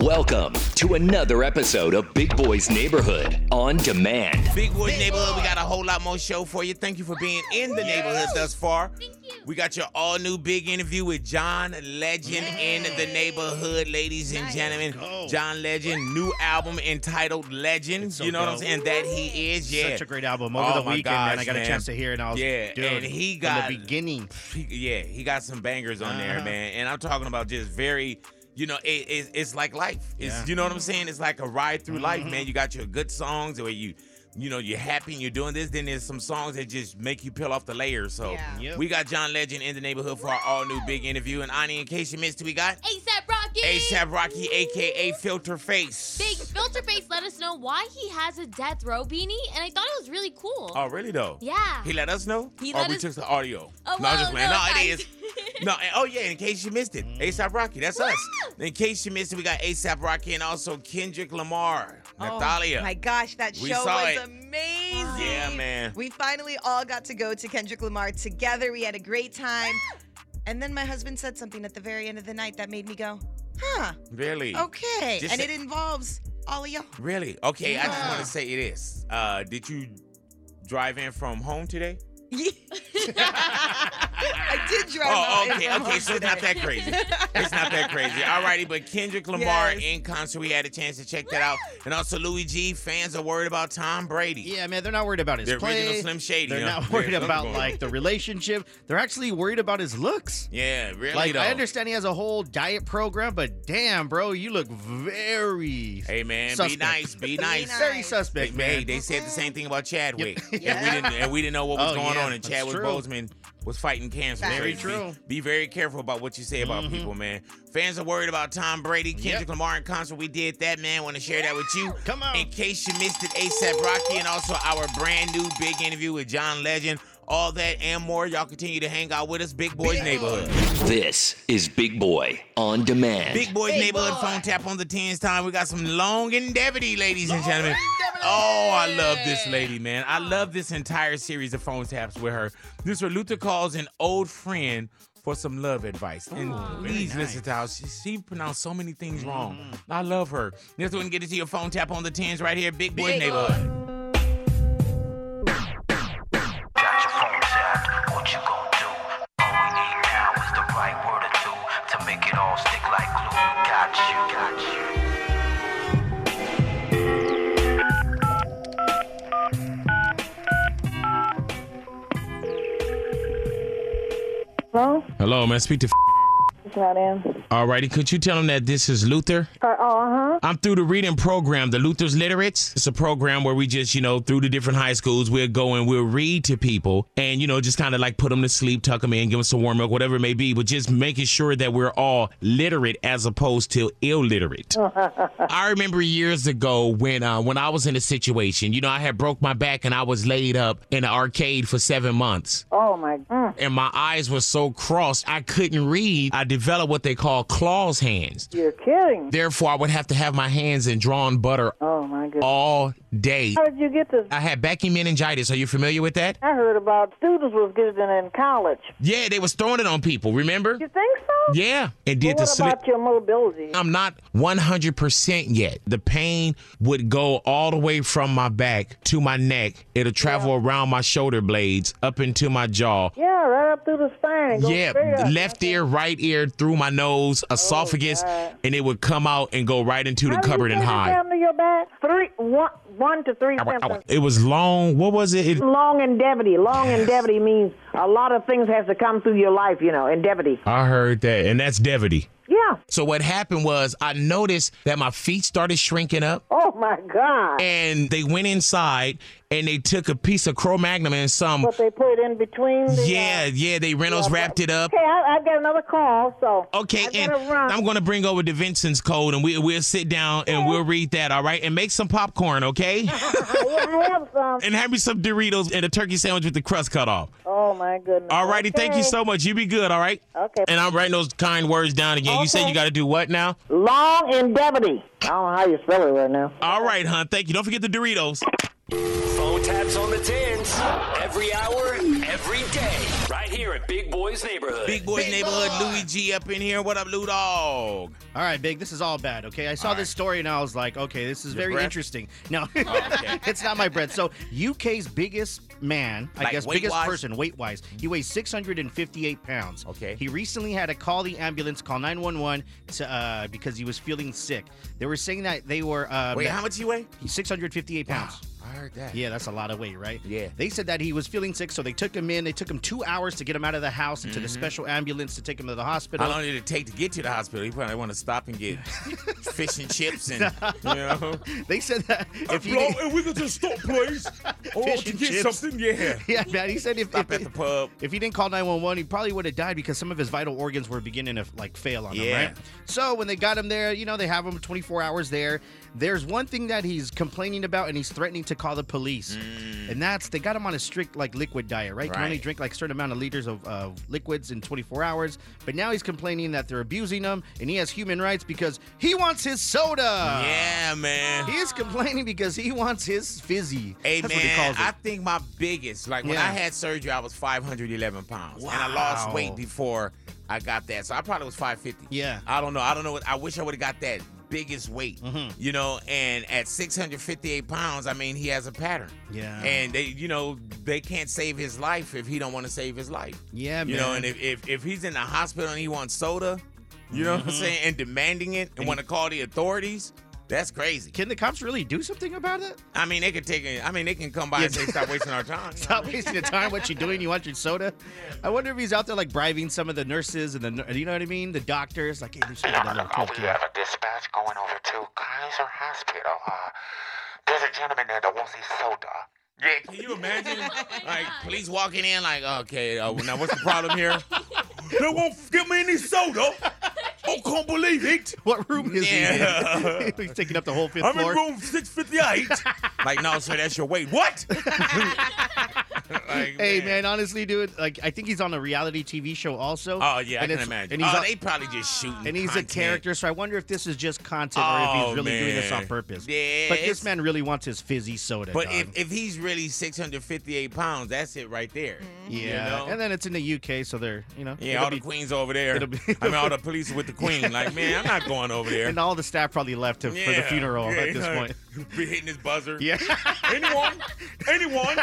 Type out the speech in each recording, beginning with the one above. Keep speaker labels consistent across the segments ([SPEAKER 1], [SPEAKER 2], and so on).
[SPEAKER 1] Welcome to another episode of Big Boy's Neighborhood on demand.
[SPEAKER 2] Big Boy Neighborhood, we got a whole lot more show for you. Thank you for being in the neighborhood thus far. We got your all new big interview with John Legend in the neighborhood, ladies and gentlemen. John Legend, new album entitled Legend.
[SPEAKER 3] so
[SPEAKER 2] you know what I'm
[SPEAKER 3] dope.
[SPEAKER 2] saying? That he is, yeah.
[SPEAKER 3] Such a great album. Over
[SPEAKER 2] Oh
[SPEAKER 3] the
[SPEAKER 2] my
[SPEAKER 3] weekend, man, I
[SPEAKER 2] gosh,
[SPEAKER 3] got
[SPEAKER 2] man.
[SPEAKER 3] a chance to hear it. And I was,
[SPEAKER 2] Yeah,
[SPEAKER 3] dude,
[SPEAKER 2] and he
[SPEAKER 3] from
[SPEAKER 2] got-
[SPEAKER 3] the beginning.
[SPEAKER 2] He- yeah, he got some bangers on there,
[SPEAKER 3] Uh-huh.
[SPEAKER 2] man. And I'm talking about just very, you know, it, it, it's like life. It's
[SPEAKER 3] Yeah.
[SPEAKER 2] you know what I'm saying. It's like a ride through life,
[SPEAKER 4] Mm-hmm.
[SPEAKER 2] man. You got your good songs where you, you know, you're happy and you're doing this. Then there's some songs that just make you peel off the layers. So
[SPEAKER 5] Yeah.
[SPEAKER 3] Yep.
[SPEAKER 2] we got John Legend in the neighborhood for our all new big interview. And Ani, in case you missed, we got
[SPEAKER 5] ASAP Rocky.
[SPEAKER 2] ASAP Rocky, aka Filter Face.
[SPEAKER 5] Big Filterface let us know why he has a death row beanie, and I thought it was really cool.
[SPEAKER 2] Oh, really though?
[SPEAKER 5] yeah.
[SPEAKER 2] He let us know.
[SPEAKER 5] He
[SPEAKER 2] or
[SPEAKER 5] let
[SPEAKER 2] we
[SPEAKER 5] us-
[SPEAKER 2] took the audio.
[SPEAKER 5] oh,
[SPEAKER 2] no, I'm just
[SPEAKER 5] whoa,
[SPEAKER 2] playing. No, it
[SPEAKER 5] guys.
[SPEAKER 2] is. No, and, oh yeah, in case you missed it,
[SPEAKER 4] Mm-hmm.
[SPEAKER 2] ASAP Rocky, that's us. In case you missed it, we got ASAP Rocky and also Kendrick Lamar, Natalia.
[SPEAKER 4] Oh my gosh, that
[SPEAKER 2] We
[SPEAKER 4] show
[SPEAKER 2] saw
[SPEAKER 4] was
[SPEAKER 2] it.
[SPEAKER 4] amazing.
[SPEAKER 2] Yeah, man.
[SPEAKER 4] We finally all got to go to Kendrick Lamar together. We had a great time. And then my husband said something at the very end of the night that made me go, huh,
[SPEAKER 2] Really?
[SPEAKER 4] okay.
[SPEAKER 2] Just
[SPEAKER 4] and
[SPEAKER 2] say-
[SPEAKER 4] it involves all of y'all.
[SPEAKER 2] Really? Okay, I just
[SPEAKER 4] Yeah.
[SPEAKER 2] want to say it is. Uh, did you drive in from home today?
[SPEAKER 4] I did drive
[SPEAKER 2] Oh,
[SPEAKER 4] out in
[SPEAKER 2] okay,
[SPEAKER 4] from
[SPEAKER 2] okay.
[SPEAKER 4] home
[SPEAKER 2] So it's not
[SPEAKER 4] today.
[SPEAKER 2] that crazy. It's not that crazy. All righty, but Kendrick Lamar
[SPEAKER 4] Yes.
[SPEAKER 2] in concert, we had a chance to check that out. And also Louis G. Fans are worried about Tom Brady.
[SPEAKER 3] Yeah, man, they're not worried about his
[SPEAKER 2] The
[SPEAKER 3] play.
[SPEAKER 2] original Slim Shady,
[SPEAKER 3] They're
[SPEAKER 2] huh?
[SPEAKER 3] not
[SPEAKER 2] Yeah,
[SPEAKER 3] worried
[SPEAKER 2] something
[SPEAKER 3] about
[SPEAKER 2] going on.
[SPEAKER 3] like the relationship. They're actually worried about his looks.
[SPEAKER 2] Yeah, really
[SPEAKER 3] Like
[SPEAKER 2] though.
[SPEAKER 3] I understand he has a whole diet program, but damn, bro, you look very,
[SPEAKER 2] Hey man,
[SPEAKER 3] Suspect.
[SPEAKER 2] be nice, be nice.
[SPEAKER 4] nice.
[SPEAKER 3] very
[SPEAKER 2] They,
[SPEAKER 3] suspect,
[SPEAKER 2] hey,
[SPEAKER 3] man.
[SPEAKER 2] they said the same thing about Chadwick.
[SPEAKER 4] Yeah.
[SPEAKER 2] and, we didn't, and we didn't know what was
[SPEAKER 3] Oh,
[SPEAKER 2] going
[SPEAKER 3] yeah,
[SPEAKER 2] on, and
[SPEAKER 3] that's
[SPEAKER 2] Chadwick
[SPEAKER 3] true.
[SPEAKER 2] Boseman was fighting cancer.
[SPEAKER 4] Facts.
[SPEAKER 2] So
[SPEAKER 3] Very
[SPEAKER 2] be-
[SPEAKER 3] true. Mm-hmm.
[SPEAKER 2] Be, very careful about what you say about people, man. Fans are worried about Tom Brady, Kendrick
[SPEAKER 3] Yep.
[SPEAKER 2] Lamar in concert. We did that, man. Want to share that with you?
[SPEAKER 3] Come on.
[SPEAKER 2] In case you missed it, ASAP Rocky, and also our brand new big interview with John Legend. All that and more. Y'all continue to hang out with us, Big Boys Neighborhood.
[SPEAKER 1] This is Big Boy on demand.
[SPEAKER 2] Big Boys Neighborhood phone tap on the tens time. We got some long indemnity, ladies and gentlemen. Oh, I love this lady, man. I love this entire series of phone taps with her. This is where Luther calls an old friend for some love advice. And please listen to how she, she pronounced so many things wrong. I love her. This one get it to your phone tap on the tens right here, Big Boys Neighborhood.
[SPEAKER 6] Got your phone tapped, what you gon' do? All we need now is the right word or two to make it all stick like glue. Got you, got you.
[SPEAKER 7] Hello?
[SPEAKER 2] Hello, man. Speak to.
[SPEAKER 7] It's not him.
[SPEAKER 2] Alrighty, could you tell him that this is Luther?
[SPEAKER 7] Uh, oh, uh-huh.
[SPEAKER 2] I'm through the reading program, the Luther's Literates. It's a program where we just, you know, through the different high schools, we'll go and we'll read to people and, you know, just kind of like put them to sleep, tuck them in, give them some warm milk, whatever it may be, but just making sure that we're all literate as opposed to illiterate. I remember years ago when uh, when I was in a situation, you know, I had broke my back and I was laid up in an arcade for seven months
[SPEAKER 7] Oh, my. Mm.
[SPEAKER 2] and my eyes were so crossed I couldn't read. I developed what they call claws hands.
[SPEAKER 7] You're kidding.
[SPEAKER 2] Therefore, I would have to have my hands in drawn butter
[SPEAKER 7] Oh, my goodness.
[SPEAKER 2] all day.
[SPEAKER 7] How did you get this?
[SPEAKER 2] I had Becky meningitis. Are you familiar with that?
[SPEAKER 7] I heard about students was getting it in college.
[SPEAKER 2] Yeah, they was throwing it on people. Remember?
[SPEAKER 7] You think so?
[SPEAKER 2] Yeah, and did the
[SPEAKER 7] What
[SPEAKER 2] slip.
[SPEAKER 7] about your mobility?
[SPEAKER 2] I'm not 100% yet. The pain would go all the way from my back to my neck. It'll travel around my shoulder blades up into my jaw.
[SPEAKER 7] yeah, right up through the spine and go straight
[SPEAKER 2] Yeah,
[SPEAKER 7] up.
[SPEAKER 2] left ear, right ear, through my nose,
[SPEAKER 8] Oh,
[SPEAKER 2] esophagus,
[SPEAKER 7] God.
[SPEAKER 2] and it would come out and go right into the
[SPEAKER 7] How do you
[SPEAKER 2] cupboard and
[SPEAKER 7] put it
[SPEAKER 2] hide.
[SPEAKER 7] down to your back? Three, one, one to three
[SPEAKER 2] Ow, ow.
[SPEAKER 7] symptoms.
[SPEAKER 2] It was long. What was it? It-
[SPEAKER 7] Long indemnity. Long indemnity means a lot of things has to come through your life, you know, indemnity.
[SPEAKER 2] I heard that, and that's Devity.
[SPEAKER 7] Yeah,
[SPEAKER 8] Yeah.
[SPEAKER 2] So what happened was I noticed that my feet started shrinking up
[SPEAKER 8] Oh my God.
[SPEAKER 2] and they went inside and they took a piece of Cro-Magnon and some
[SPEAKER 8] What they put in between the. uh,
[SPEAKER 2] yeah, yeah, they Reynolds wrapped it up.
[SPEAKER 8] Okay, I, I've got another call, so.
[SPEAKER 2] Okay,
[SPEAKER 8] I
[SPEAKER 2] and
[SPEAKER 8] gotta run.
[SPEAKER 2] I'm gonna bring over the Vincent's code and we we'll sit down and we'll read that, all right? And make some popcorn, okay?
[SPEAKER 8] yeah, I have some.
[SPEAKER 2] and have me some Doritos and a turkey sandwich with the crust cut off.
[SPEAKER 8] Oh my goodness.
[SPEAKER 2] All righty, thank you
[SPEAKER 8] Okay.
[SPEAKER 2] so much. You be good, all right?
[SPEAKER 8] Okay.
[SPEAKER 2] And I'm writing those kind words down again. You said
[SPEAKER 8] Okay.
[SPEAKER 2] you gotta do what now?
[SPEAKER 8] Long indemnity. I don't know how you spell it right now.
[SPEAKER 2] All right, hon. Thank you. Don't forget the Doritos.
[SPEAKER 9] Phone taps on the tens every hour, every day, right here at Big Boys Neighborhood.
[SPEAKER 2] Big Boys Neighborhood, Louis G up in here. What up, Lou Dog?
[SPEAKER 3] All right, Big, this is all bad, okay? I saw this story and I was like, okay, this is very
[SPEAKER 2] breath? Oh,
[SPEAKER 3] interesting. No, it's not my breath. So, UK's biggest man, I
[SPEAKER 2] Like
[SPEAKER 3] guess, biggest
[SPEAKER 2] weight-wise?
[SPEAKER 3] person weight wise, he weighs 658 pounds.
[SPEAKER 2] Okay.
[SPEAKER 3] He recently had to call the ambulance, call 911 to, uh, because he was feeling sick. They were saying that they were. Uh,
[SPEAKER 2] Wait,
[SPEAKER 3] me-
[SPEAKER 2] how much you weigh?
[SPEAKER 3] 658 pounds.
[SPEAKER 2] I heard that.
[SPEAKER 3] Yeah, that's a lot of weight, right?
[SPEAKER 2] Yeah.
[SPEAKER 3] They said that he was feeling sick, so they took him in. They took him two hours to get him out of the house and to the special ambulance to take him to the hospital.
[SPEAKER 2] Mm-hmm. How long did it take to get to the hospital? You probably want to stop and get fish and chips and, you know.
[SPEAKER 3] They said that if he didn't-
[SPEAKER 2] we could just stop, please. I
[SPEAKER 3] want to get
[SPEAKER 2] something, yeah.
[SPEAKER 3] yeah, man, he said if
[SPEAKER 2] Stop at
[SPEAKER 3] if,
[SPEAKER 2] the pub.
[SPEAKER 3] if he didn't call 911, he probably would have died because some of his vital organs were beginning to like fail on
[SPEAKER 2] Yeah.
[SPEAKER 3] him, right? So when they got him there, you know, they have him 24 hours there. There's one thing that he's complaining about and he's threatening to call the police. And that's they got him on a strict like liquid diet, right? Can only
[SPEAKER 2] Mm. Right.
[SPEAKER 3] drink like certain amount of liters of uh, liquids in 24 hours. But now he's complaining that they're abusing him and he has human rights because he wants his soda.
[SPEAKER 2] yeah, man.
[SPEAKER 3] He is complaining because he wants his fizzy.
[SPEAKER 2] Hey
[SPEAKER 3] That's
[SPEAKER 2] man,
[SPEAKER 3] what he calls it.
[SPEAKER 2] I think my biggest, like when
[SPEAKER 3] Yeah.
[SPEAKER 2] I had surgery, I was 511 pounds, and I lost
[SPEAKER 3] Wow.
[SPEAKER 2] weight before I got that, so I probably was 550.
[SPEAKER 3] Yeah.
[SPEAKER 2] I don't know. I don't know. What, I wish I would have got that biggest weight,
[SPEAKER 3] Mhm.
[SPEAKER 2] you know. And at 658 pounds, I mean, he has a pattern,
[SPEAKER 3] yeah.
[SPEAKER 2] and they, you know, they can't save his life if he don't want to save his life,
[SPEAKER 3] yeah, man.
[SPEAKER 2] you know. And if, if if he's in the hospital and he wants soda, you know what I'm saying, and demanding it, and, want to call the authorities. That's crazy.
[SPEAKER 3] Can the cops really do something about it?
[SPEAKER 2] I mean, they could take it. I mean, they can come by and
[SPEAKER 3] Yeah.
[SPEAKER 2] say, "Stop wasting our time." you know?
[SPEAKER 3] Stop wasting your time. What you doing? You want your soda? I wonder if he's out there like bribing some of the nurses and the, nur- you know what I mean? The doctors. Like, hey, this should have
[SPEAKER 10] Oh, we have a dispatch going over to Kaiser Hospital. Uh, there's a gentleman there that wants his soda.
[SPEAKER 2] Yeah, can you imagine? like, police walking in, like, okay, uh, now what's the problem here? they won't give me any soda. I can't believe it.
[SPEAKER 3] What room is he
[SPEAKER 2] Yeah.
[SPEAKER 3] in? he's taking up the whole 5th floor.
[SPEAKER 2] room 658. like, no, sir, that's your weight. What? like,
[SPEAKER 3] Hey man, honestly, dude, like I think he's on a reality TV show also.
[SPEAKER 2] Oh, yeah, I can
[SPEAKER 3] and it's-
[SPEAKER 2] imagine.
[SPEAKER 3] And he's,
[SPEAKER 2] oh,
[SPEAKER 3] on-
[SPEAKER 2] they probably just shooting.
[SPEAKER 3] and he's a
[SPEAKER 2] content.
[SPEAKER 3] character, so I wonder if this is just content or if
[SPEAKER 2] Oh,
[SPEAKER 3] he's really doing this
[SPEAKER 2] man.
[SPEAKER 3] on purpose.
[SPEAKER 2] Yeah,
[SPEAKER 3] but
[SPEAKER 2] it's-
[SPEAKER 3] this man really wants his fizzy soda.
[SPEAKER 2] But
[SPEAKER 3] dog.
[SPEAKER 2] if, if he's really 658 pounds, that's it right there.
[SPEAKER 3] yeah,
[SPEAKER 2] know?
[SPEAKER 3] and then it's in the UK, so they're you know
[SPEAKER 2] Yeah,
[SPEAKER 3] it'll
[SPEAKER 2] all
[SPEAKER 3] be-
[SPEAKER 2] the queens over there.
[SPEAKER 3] it'll be-
[SPEAKER 2] I mean, all the police with the queen. Like, man, I'm not going over there.
[SPEAKER 3] and all the staff probably left him for the
[SPEAKER 2] Yeah,
[SPEAKER 3] funeral
[SPEAKER 2] yeah,
[SPEAKER 3] at this
[SPEAKER 2] yeah.
[SPEAKER 3] point.
[SPEAKER 2] Be hitting his buzzer.
[SPEAKER 3] Yeah.
[SPEAKER 2] Anyone? Anyone?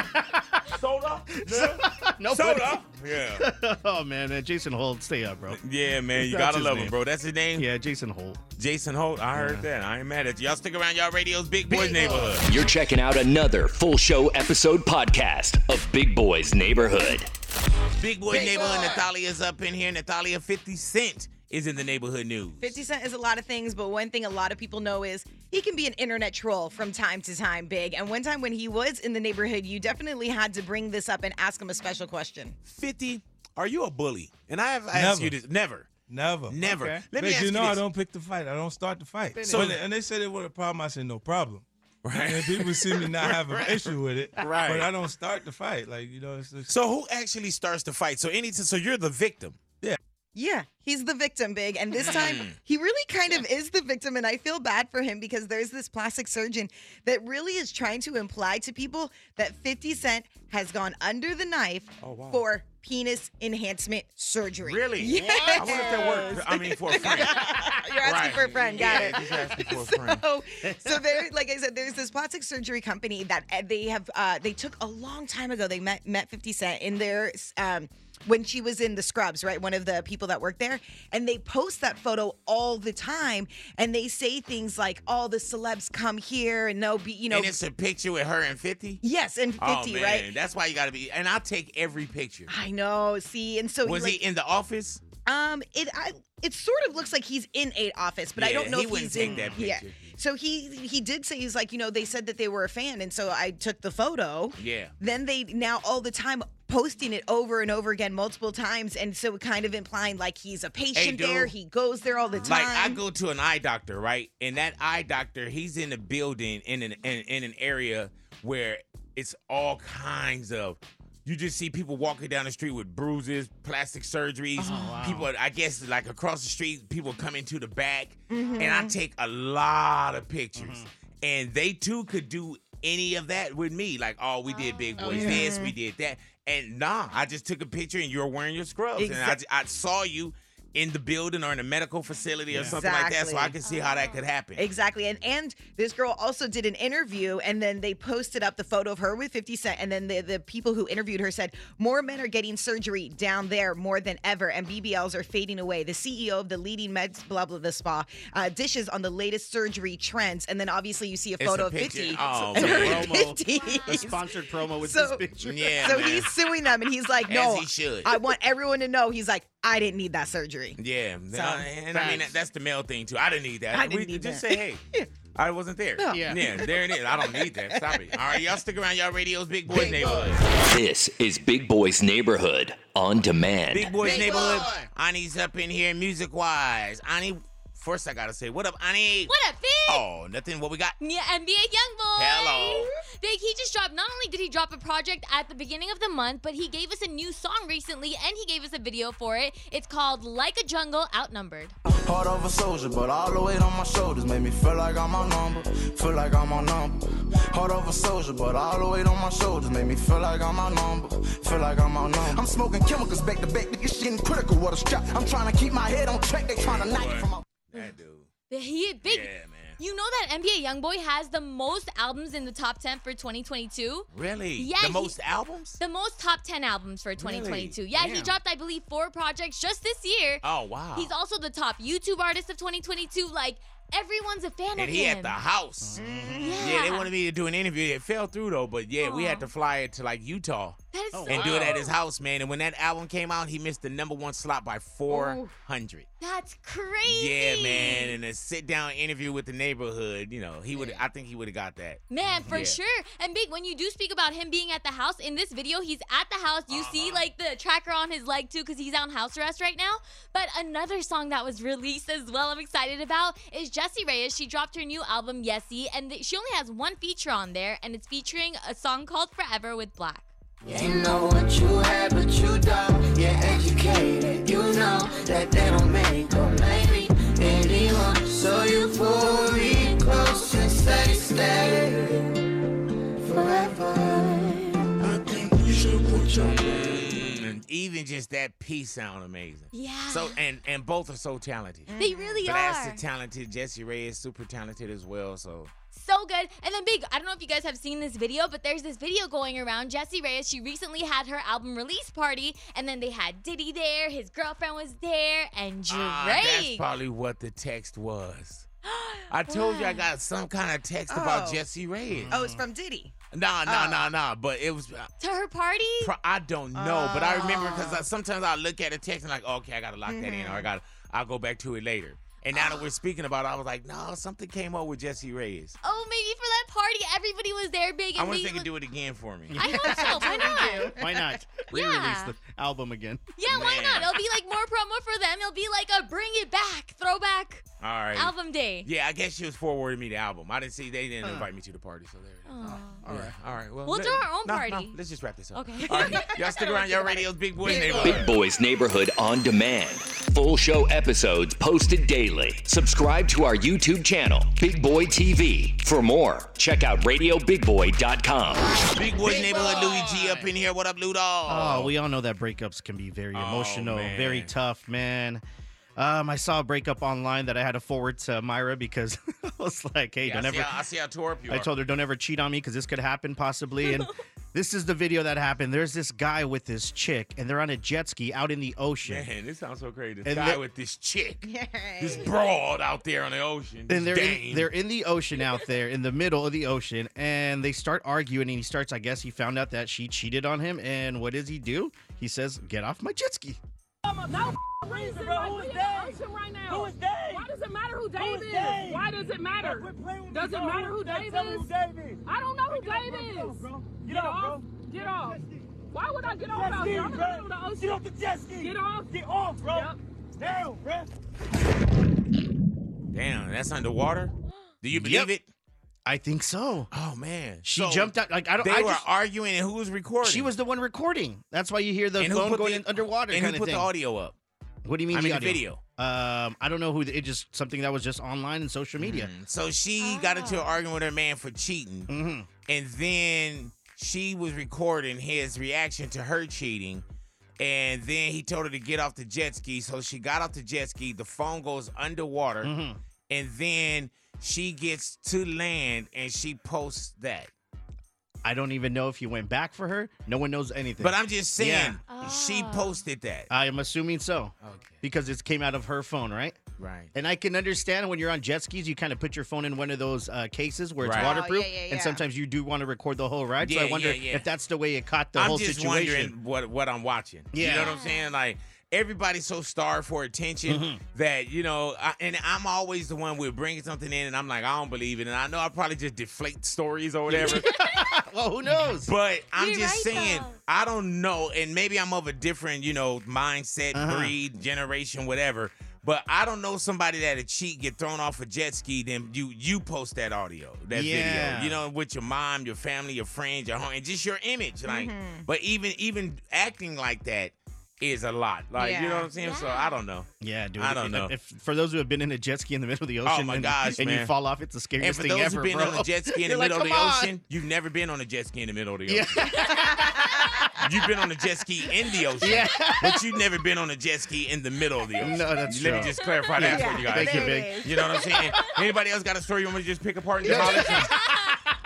[SPEAKER 2] Soda? Yeah.
[SPEAKER 3] Nobody.
[SPEAKER 2] Soda? Yeah.
[SPEAKER 3] oh man, man, Jason Holt, stay up, bro.
[SPEAKER 2] Yeah, man, you
[SPEAKER 3] That's
[SPEAKER 2] gotta
[SPEAKER 3] his
[SPEAKER 2] love him,
[SPEAKER 3] name.
[SPEAKER 2] bro. That's his name?
[SPEAKER 3] Yeah, Jason Holt.
[SPEAKER 2] Jason Holt. I heard that. I ain't mad at you. Y'all stick around y'all radio's Big Boys Neighborhood.
[SPEAKER 9] You're checking out another full show episode podcast of Big Boys Neighborhood.
[SPEAKER 2] Big Boys Neighborhood. Natalia's up in here. Natalia 50 Cent is in the neighborhood news.
[SPEAKER 4] 50 Cent is a lot of things, but one thing a lot of people know is he can be an internet troll from time to time, big. And one time when he was in the neighborhood, you definitely had to bring this up and ask him a special question.
[SPEAKER 2] 50, are you a bully? And I have asked
[SPEAKER 11] Never.
[SPEAKER 2] you this. Never.
[SPEAKER 11] Never.
[SPEAKER 2] Never.
[SPEAKER 3] Okay.
[SPEAKER 2] Let me
[SPEAKER 11] But
[SPEAKER 2] ask
[SPEAKER 11] you
[SPEAKER 2] you
[SPEAKER 11] know I
[SPEAKER 2] this.
[SPEAKER 11] don't pick the fight. I don't start the fight. So,
[SPEAKER 2] So-
[SPEAKER 11] and they said it was a problem. I said no problem.
[SPEAKER 2] Right.
[SPEAKER 11] And people see me not have an issue with it.
[SPEAKER 2] Right.
[SPEAKER 11] But I don't start the fight. Like you know, it's just,
[SPEAKER 2] So who actually starts the fight? So any so you're the victim.
[SPEAKER 4] Yeah, he's the victim, Big. And this time,
[SPEAKER 2] Mm.
[SPEAKER 4] he really kind of is the victim. And I feel bad for him because there's this plastic surgeon that really is trying to imply to people that 50 Cent has gone under the knife for penis enhancement surgery.
[SPEAKER 2] Oh, Really?
[SPEAKER 4] Yes.
[SPEAKER 2] I wonder if that worked. I mean, for a friend.
[SPEAKER 4] You're asking
[SPEAKER 2] Right.
[SPEAKER 4] for a friend. Got
[SPEAKER 2] Yeah,
[SPEAKER 4] it.
[SPEAKER 2] just asking for a friend.
[SPEAKER 4] so, so there, like I said, there's this plastic surgery company that uh, they have. Uh, they took a long time ago. They met met 50 Cent in their um, when she was in the Scrubs, right? One of the people that worked there, and they post that photo all the time, and they say things like, "All the celebs come here," and no, be you know,
[SPEAKER 2] And it's a picture with her and 50?
[SPEAKER 4] yes, and 50,
[SPEAKER 2] oh, man.
[SPEAKER 4] right?
[SPEAKER 2] That's why you got to be. And I'll take every picture.
[SPEAKER 4] I know. See, and so
[SPEAKER 2] Was
[SPEAKER 4] like,
[SPEAKER 2] he in the office?
[SPEAKER 4] Um, it I it sort of looks like he's in a office, but I
[SPEAKER 2] Yeah,
[SPEAKER 4] don't know
[SPEAKER 2] he
[SPEAKER 4] if he's
[SPEAKER 2] wouldn't take
[SPEAKER 4] in.
[SPEAKER 2] that
[SPEAKER 4] Yeah.
[SPEAKER 2] picture.
[SPEAKER 4] So he he did say he's like you know they said that they were a fan, and so I took the photo.
[SPEAKER 2] Yeah.
[SPEAKER 4] Then they now all the time posting it over and over again multiple times, and so kind of implying like he's a patient
[SPEAKER 2] dude.
[SPEAKER 4] there, he goes there all the
[SPEAKER 2] Like
[SPEAKER 4] time.
[SPEAKER 2] I go to an eye doctor, right? And that eye doctor, he's in a building in an in, in an area where it's all kinds of. You just see people walking down the street with bruises, plastic
[SPEAKER 4] Oh,
[SPEAKER 2] surgeries. People, I guess, like across the street, people come into the back, and I
[SPEAKER 4] Mm-hmm.
[SPEAKER 12] Mhm.
[SPEAKER 2] take a lot of pictures. And they too could do any of that with me. Like, oh, we did big boys
[SPEAKER 12] yeah.
[SPEAKER 2] this, we did that, and nah, I just took a picture, and you were wearing your scrubs, and I
[SPEAKER 12] Exact-
[SPEAKER 2] j- I, saw you in the building or in a medical facility or something like that, so I
[SPEAKER 4] Exactly.
[SPEAKER 2] can see how that could happen.
[SPEAKER 4] Exactly. And and this girl also did an interview and then they posted up the photo of her with 50 Cent. And then the, the people who interviewed her said, More men are getting surgery down there more than ever, and BBLs are fading away. The CEO of the leading meds blah blah blah spa uh, dishes on the latest surgery trends. And then obviously you see a
[SPEAKER 3] It's
[SPEAKER 4] photo
[SPEAKER 3] a
[SPEAKER 4] of
[SPEAKER 3] picture.
[SPEAKER 4] 50.
[SPEAKER 3] Oh,
[SPEAKER 4] and
[SPEAKER 3] man.
[SPEAKER 4] her
[SPEAKER 3] A promo.
[SPEAKER 4] 50s.
[SPEAKER 3] A sponsored promo with this picture.
[SPEAKER 2] Yeah,
[SPEAKER 4] so
[SPEAKER 2] man.
[SPEAKER 4] he's suing them and he's like,
[SPEAKER 2] As
[SPEAKER 4] No,
[SPEAKER 2] he should."
[SPEAKER 4] I want everyone to know he's like, I didn't need that surgery.
[SPEAKER 2] Yeah,
[SPEAKER 4] So,
[SPEAKER 2] uh, and I mean that,
[SPEAKER 4] facts.
[SPEAKER 2] that's the male thing too. I didn't need that.
[SPEAKER 4] I didn't
[SPEAKER 2] we
[SPEAKER 4] need
[SPEAKER 2] just
[SPEAKER 4] that.
[SPEAKER 2] say hey. I wasn't there.
[SPEAKER 4] Yeah.
[SPEAKER 2] Yeah. there it is. I don't need that. Stop it. All right, y'all stick around. Y'all radios, big boys neighborhood.
[SPEAKER 1] This is Big Boy's Neighborhood on demand.
[SPEAKER 2] Big boys neighborhood. Ani's up in here, music wise. Ani, first I gotta say, what up, Ani?
[SPEAKER 5] What up, Big?
[SPEAKER 2] Oh, nothing. What we got?
[SPEAKER 5] Yeah, NBA YoungBoy.
[SPEAKER 2] Hello.
[SPEAKER 5] Big, he just dropped. Not only did he drop a project at the beginning of the month, but he gave us a new song recently, and he gave us a video for it. It's called "Like a Jungle Outnumbered."
[SPEAKER 13] Heart of a soldier, but all the weight on my shoulders made me feel like I'm on number, feel like I'm on number. Heart of a soldier, but all the weight on my shoulders made me feel like I'm on number, feel like I'm on number. I'm smoking chemicals back to back, nigga shit in critical water strap. I'm trying to keep my head on track, they trying to knock it from my.
[SPEAKER 2] That dude.
[SPEAKER 5] He Big. You know that NBA YoungBoy has the most albums in the top 10 for 2022?
[SPEAKER 2] Really?
[SPEAKER 5] Yeah,
[SPEAKER 2] The
[SPEAKER 5] he-
[SPEAKER 2] most albums?
[SPEAKER 5] The most top 10 albums for 2022. Yeah, he
[SPEAKER 2] Damn.
[SPEAKER 5] dropped, I believe, four projects just this year.
[SPEAKER 2] Oh, wow.
[SPEAKER 5] He's also the top YouTube artist of 2022. Like, everyone's a fan of
[SPEAKER 2] And he
[SPEAKER 5] him. Mm-hmm.
[SPEAKER 2] at the house. Yeah. they
[SPEAKER 5] Yeah.
[SPEAKER 2] wanted me to do an interview. It fell through though, but yeah, we had to fly it to like Utah
[SPEAKER 5] That is
[SPEAKER 2] and do it
[SPEAKER 5] so-
[SPEAKER 2] at his house, man. And when that album came out, he missed the number one slot by four hundred.
[SPEAKER 5] That's crazy.
[SPEAKER 2] Yeah, man. And a sit down interview with the neighborhood, you know, he would. I think he would have got that.
[SPEAKER 5] Man, for
[SPEAKER 2] Yeah.
[SPEAKER 5] sure. And Big, when you do speak about him being at the house, in this video, he's at the house. You see,
[SPEAKER 2] Uh-huh.
[SPEAKER 5] like, the tracker on his leg, too, because he's on house arrest right now. But another song that was released as well, I'm excited about, is Jessie Reyes. She dropped her new album, Yesy, and th- she only has one feature on there, and it's featuring a song called Forever with Black.
[SPEAKER 13] You know what you had, but you don't. You're educated, you know that they don't make or maybe anyone. So you pull me close and say, stay forever. I think you should put your
[SPEAKER 2] And even just that piece sound amazing.
[SPEAKER 5] Yeah.
[SPEAKER 2] So and and both are so talented.
[SPEAKER 5] They really are.
[SPEAKER 2] Blasted talented. Jesse Reyes super talented as well. So
[SPEAKER 5] So good. And then Big, I don't know if you guys have seen this video, but there's this video going around. Jessie Reyes, she recently had her album release party, and then they had Diddy there, his girlfriend was there, and Drake.
[SPEAKER 2] Ah, that's probably what the text was. I told you I got some kind of text about
[SPEAKER 4] Oh.
[SPEAKER 2] Jesse Reyes.
[SPEAKER 4] Oh, it's from Diddy.
[SPEAKER 2] Nah,
[SPEAKER 5] Oh.
[SPEAKER 2] nah, nah, nah. But it was. uh,
[SPEAKER 5] to her party?
[SPEAKER 2] Pro- I don't know, but I remember
[SPEAKER 5] Oh.
[SPEAKER 2] because sometimes I look at a text and like, okay, I gotta lock that in, or I
[SPEAKER 5] Mm-hmm.
[SPEAKER 2] got, to I'll go back to it later. And
[SPEAKER 5] Ah.
[SPEAKER 2] now that we're speaking about, it, I was like, no, something came up with Jesse Reyes.
[SPEAKER 5] Oh, maybe for that party, everybody was there, Big.
[SPEAKER 2] I
[SPEAKER 5] And
[SPEAKER 2] wonder
[SPEAKER 5] they
[SPEAKER 2] if they could
[SPEAKER 5] look-
[SPEAKER 2] do it again for me.
[SPEAKER 5] I hope so. Why not?
[SPEAKER 3] Why not? Re-release the album again.
[SPEAKER 5] Yeah, why
[SPEAKER 2] Man.
[SPEAKER 5] not? It'll be like more promo for them. It'll be like a bring it back, throwback
[SPEAKER 2] All right.
[SPEAKER 5] album day.
[SPEAKER 2] Yeah, I guess she was forwarding me the album. I didn't see they didn't invite me to the party, so there.
[SPEAKER 5] Aw.
[SPEAKER 2] All right, all right. Well,
[SPEAKER 5] We'll
[SPEAKER 2] let-
[SPEAKER 5] do our own
[SPEAKER 2] no, no,
[SPEAKER 5] party.
[SPEAKER 2] let's just wrap this up.
[SPEAKER 5] Okay.
[SPEAKER 2] All right, y'all stick around. Y'all radios, big boys. neighborhood.
[SPEAKER 1] Big Boy's Neighborhood on demand. Full show episodes posted daily. Subscribe to our YouTube channel, Big Boy TV. For more, check out radiobigboy.com.
[SPEAKER 2] Big boys neighborhood. Louis G up in here. What up, Ludo?
[SPEAKER 3] Oh, we all know that breakups can be very emotional,
[SPEAKER 2] Oh, man.
[SPEAKER 3] very tough, man. Um, I saw a breakup online that I had to forward to Myra because I was like, "Hey,
[SPEAKER 2] Yeah,
[SPEAKER 3] don't
[SPEAKER 2] I,
[SPEAKER 3] ever."
[SPEAKER 2] see how, I see how tore up you
[SPEAKER 3] I
[SPEAKER 2] are.
[SPEAKER 3] told her, don't ever cheat on me because this could happen possibly. And this is the video that happened. There's this guy with this chick, and they're on a jet ski out in the ocean.
[SPEAKER 2] Man, this sounds so crazy. This
[SPEAKER 3] And
[SPEAKER 2] guy
[SPEAKER 3] the-
[SPEAKER 2] with this chick, this broad out there on the ocean.
[SPEAKER 3] And
[SPEAKER 2] this
[SPEAKER 3] they're
[SPEAKER 2] dame.
[SPEAKER 3] in, they're in the ocean out there in the middle of the ocean, and they start arguing. And he starts, I guess, he found out that she cheated on him. And what does he do? He says, "Get off my jet ski."
[SPEAKER 14] No f-
[SPEAKER 12] reason,
[SPEAKER 14] bro.
[SPEAKER 12] like,
[SPEAKER 14] Who
[SPEAKER 12] we
[SPEAKER 14] is
[SPEAKER 12] in
[SPEAKER 14] they?
[SPEAKER 12] an Election right now.
[SPEAKER 14] Who is they?
[SPEAKER 12] Why does it matter who
[SPEAKER 14] Who
[SPEAKER 12] Dave
[SPEAKER 14] is
[SPEAKER 12] is?
[SPEAKER 14] they?
[SPEAKER 12] Why does it
[SPEAKER 14] Bro,
[SPEAKER 12] matter?
[SPEAKER 14] quit playing with me,
[SPEAKER 12] does it
[SPEAKER 14] bro.
[SPEAKER 12] matter who
[SPEAKER 14] Don't
[SPEAKER 12] Dave
[SPEAKER 14] tell me
[SPEAKER 12] is?
[SPEAKER 14] who Dave is.
[SPEAKER 12] I don't know who
[SPEAKER 14] Get up,
[SPEAKER 12] Dave
[SPEAKER 14] bro. Get
[SPEAKER 12] is.
[SPEAKER 14] up, bro. Get
[SPEAKER 12] Get
[SPEAKER 14] up,
[SPEAKER 12] off.
[SPEAKER 14] bro.
[SPEAKER 12] Get off. Why would I get
[SPEAKER 14] Jet
[SPEAKER 12] off out
[SPEAKER 14] ski,
[SPEAKER 12] here? I'm in the
[SPEAKER 14] bro.
[SPEAKER 12] middle of the ocean.
[SPEAKER 14] Get off the jet ski.
[SPEAKER 12] Get off.
[SPEAKER 14] Get off, bro. Down, bro.
[SPEAKER 2] Damn, that's underwater. Do you believe it?
[SPEAKER 3] I think so.
[SPEAKER 2] Oh man,
[SPEAKER 3] she
[SPEAKER 2] So,
[SPEAKER 3] jumped out. Like I don't.
[SPEAKER 2] They
[SPEAKER 3] I
[SPEAKER 2] were
[SPEAKER 3] just,
[SPEAKER 2] arguing, and who was recording?
[SPEAKER 3] She was the one recording. That's why you hear the
[SPEAKER 2] And who
[SPEAKER 3] phone
[SPEAKER 2] put
[SPEAKER 3] going
[SPEAKER 2] the-
[SPEAKER 3] in underwater.
[SPEAKER 2] and who
[SPEAKER 3] kinda
[SPEAKER 2] put the
[SPEAKER 3] thing.
[SPEAKER 2] audio up?
[SPEAKER 3] What do you mean?
[SPEAKER 2] I mean, the
[SPEAKER 3] audio? Um, I don't know who. The, it just something that was just online and social media.
[SPEAKER 2] Mm, Mm-hmm.
[SPEAKER 3] Ah.
[SPEAKER 2] So she got into an argument with her man for cheating,
[SPEAKER 3] Mm-hmm.
[SPEAKER 2] and then she was recording his reaction to her cheating. And then he told her to get off the jet ski, so she got off the jet ski. The phone goes underwater,
[SPEAKER 3] Mm-hmm.
[SPEAKER 2] and then she gets to land and she posts that.
[SPEAKER 3] I don't even know if he went back for her. No one knows anything.
[SPEAKER 2] But I'm just saying,
[SPEAKER 3] Yeah. Ah.
[SPEAKER 2] she posted that.
[SPEAKER 3] I am assuming so. Because it came out of her phone, right?
[SPEAKER 2] Right.
[SPEAKER 3] And I can understand when you're on jet skis, you kind of put your phone in one of those uh, cases where it's
[SPEAKER 2] Right. Oh, yeah,
[SPEAKER 3] waterproof,
[SPEAKER 2] yeah,
[SPEAKER 3] and
[SPEAKER 2] yeah.
[SPEAKER 3] sometimes you do want to record the whole ride. so
[SPEAKER 2] Yeah,
[SPEAKER 3] I wonder
[SPEAKER 2] yeah, yeah.
[SPEAKER 3] if that's the way it caught the
[SPEAKER 2] I'm
[SPEAKER 3] whole
[SPEAKER 2] just
[SPEAKER 3] situation.
[SPEAKER 2] wondering what what I'm watching.
[SPEAKER 3] Yeah. Mm-hmm.
[SPEAKER 2] You know what I'm saying? Like everybody's so starved for attention that you know, I, and I'm always the one with bringing something in, and I'm like, I don't believe it, and I know I probably just deflate stories or whatever.
[SPEAKER 3] well, who knows?
[SPEAKER 2] But I'm
[SPEAKER 3] You're
[SPEAKER 2] just
[SPEAKER 3] right,
[SPEAKER 2] saying, I don't know, and maybe I'm of a different, you know, mindset,
[SPEAKER 3] Uh-huh.
[SPEAKER 2] breed, generation, whatever. But I don't know somebody that a cheat get thrown off a jet ski. Then you you post that audio, that
[SPEAKER 3] Yeah.
[SPEAKER 2] video, you know, with your mom, your family, your friends, your home, and just your image. Like,
[SPEAKER 3] Mhm.
[SPEAKER 2] but even even acting like that is a lot. Like, you know
[SPEAKER 3] Yeah.
[SPEAKER 2] what I'm saying? So I don't know.
[SPEAKER 3] Yeah, dude.
[SPEAKER 2] I don't
[SPEAKER 3] And
[SPEAKER 2] know.
[SPEAKER 3] If, for those who have been in a jet ski in the middle of the ocean
[SPEAKER 2] Oh. my
[SPEAKER 3] and,
[SPEAKER 2] gosh,
[SPEAKER 3] and you
[SPEAKER 2] man.
[SPEAKER 3] fall off, it's the scariest
[SPEAKER 2] and for
[SPEAKER 3] thing
[SPEAKER 2] those
[SPEAKER 3] ever.
[SPEAKER 2] who've been
[SPEAKER 3] bro.
[SPEAKER 2] on a jet ski in the
[SPEAKER 3] You're like,
[SPEAKER 2] middle
[SPEAKER 3] "Come
[SPEAKER 2] of
[SPEAKER 3] on."
[SPEAKER 2] the ocean, you've never been on a jet ski in the middle of the ocean. You've been on a jet ski in the ocean,
[SPEAKER 3] Yeah.
[SPEAKER 2] but you've never been on a jet ski in the middle of the ocean.
[SPEAKER 3] No, that's
[SPEAKER 2] Let
[SPEAKER 3] true.
[SPEAKER 2] me just clarify that
[SPEAKER 3] Yeah,
[SPEAKER 2] for you guys.
[SPEAKER 3] thank you, There it Big. is.
[SPEAKER 2] You know what I'm saying? Anybody else got a story you want me to just pick apart and demolish? and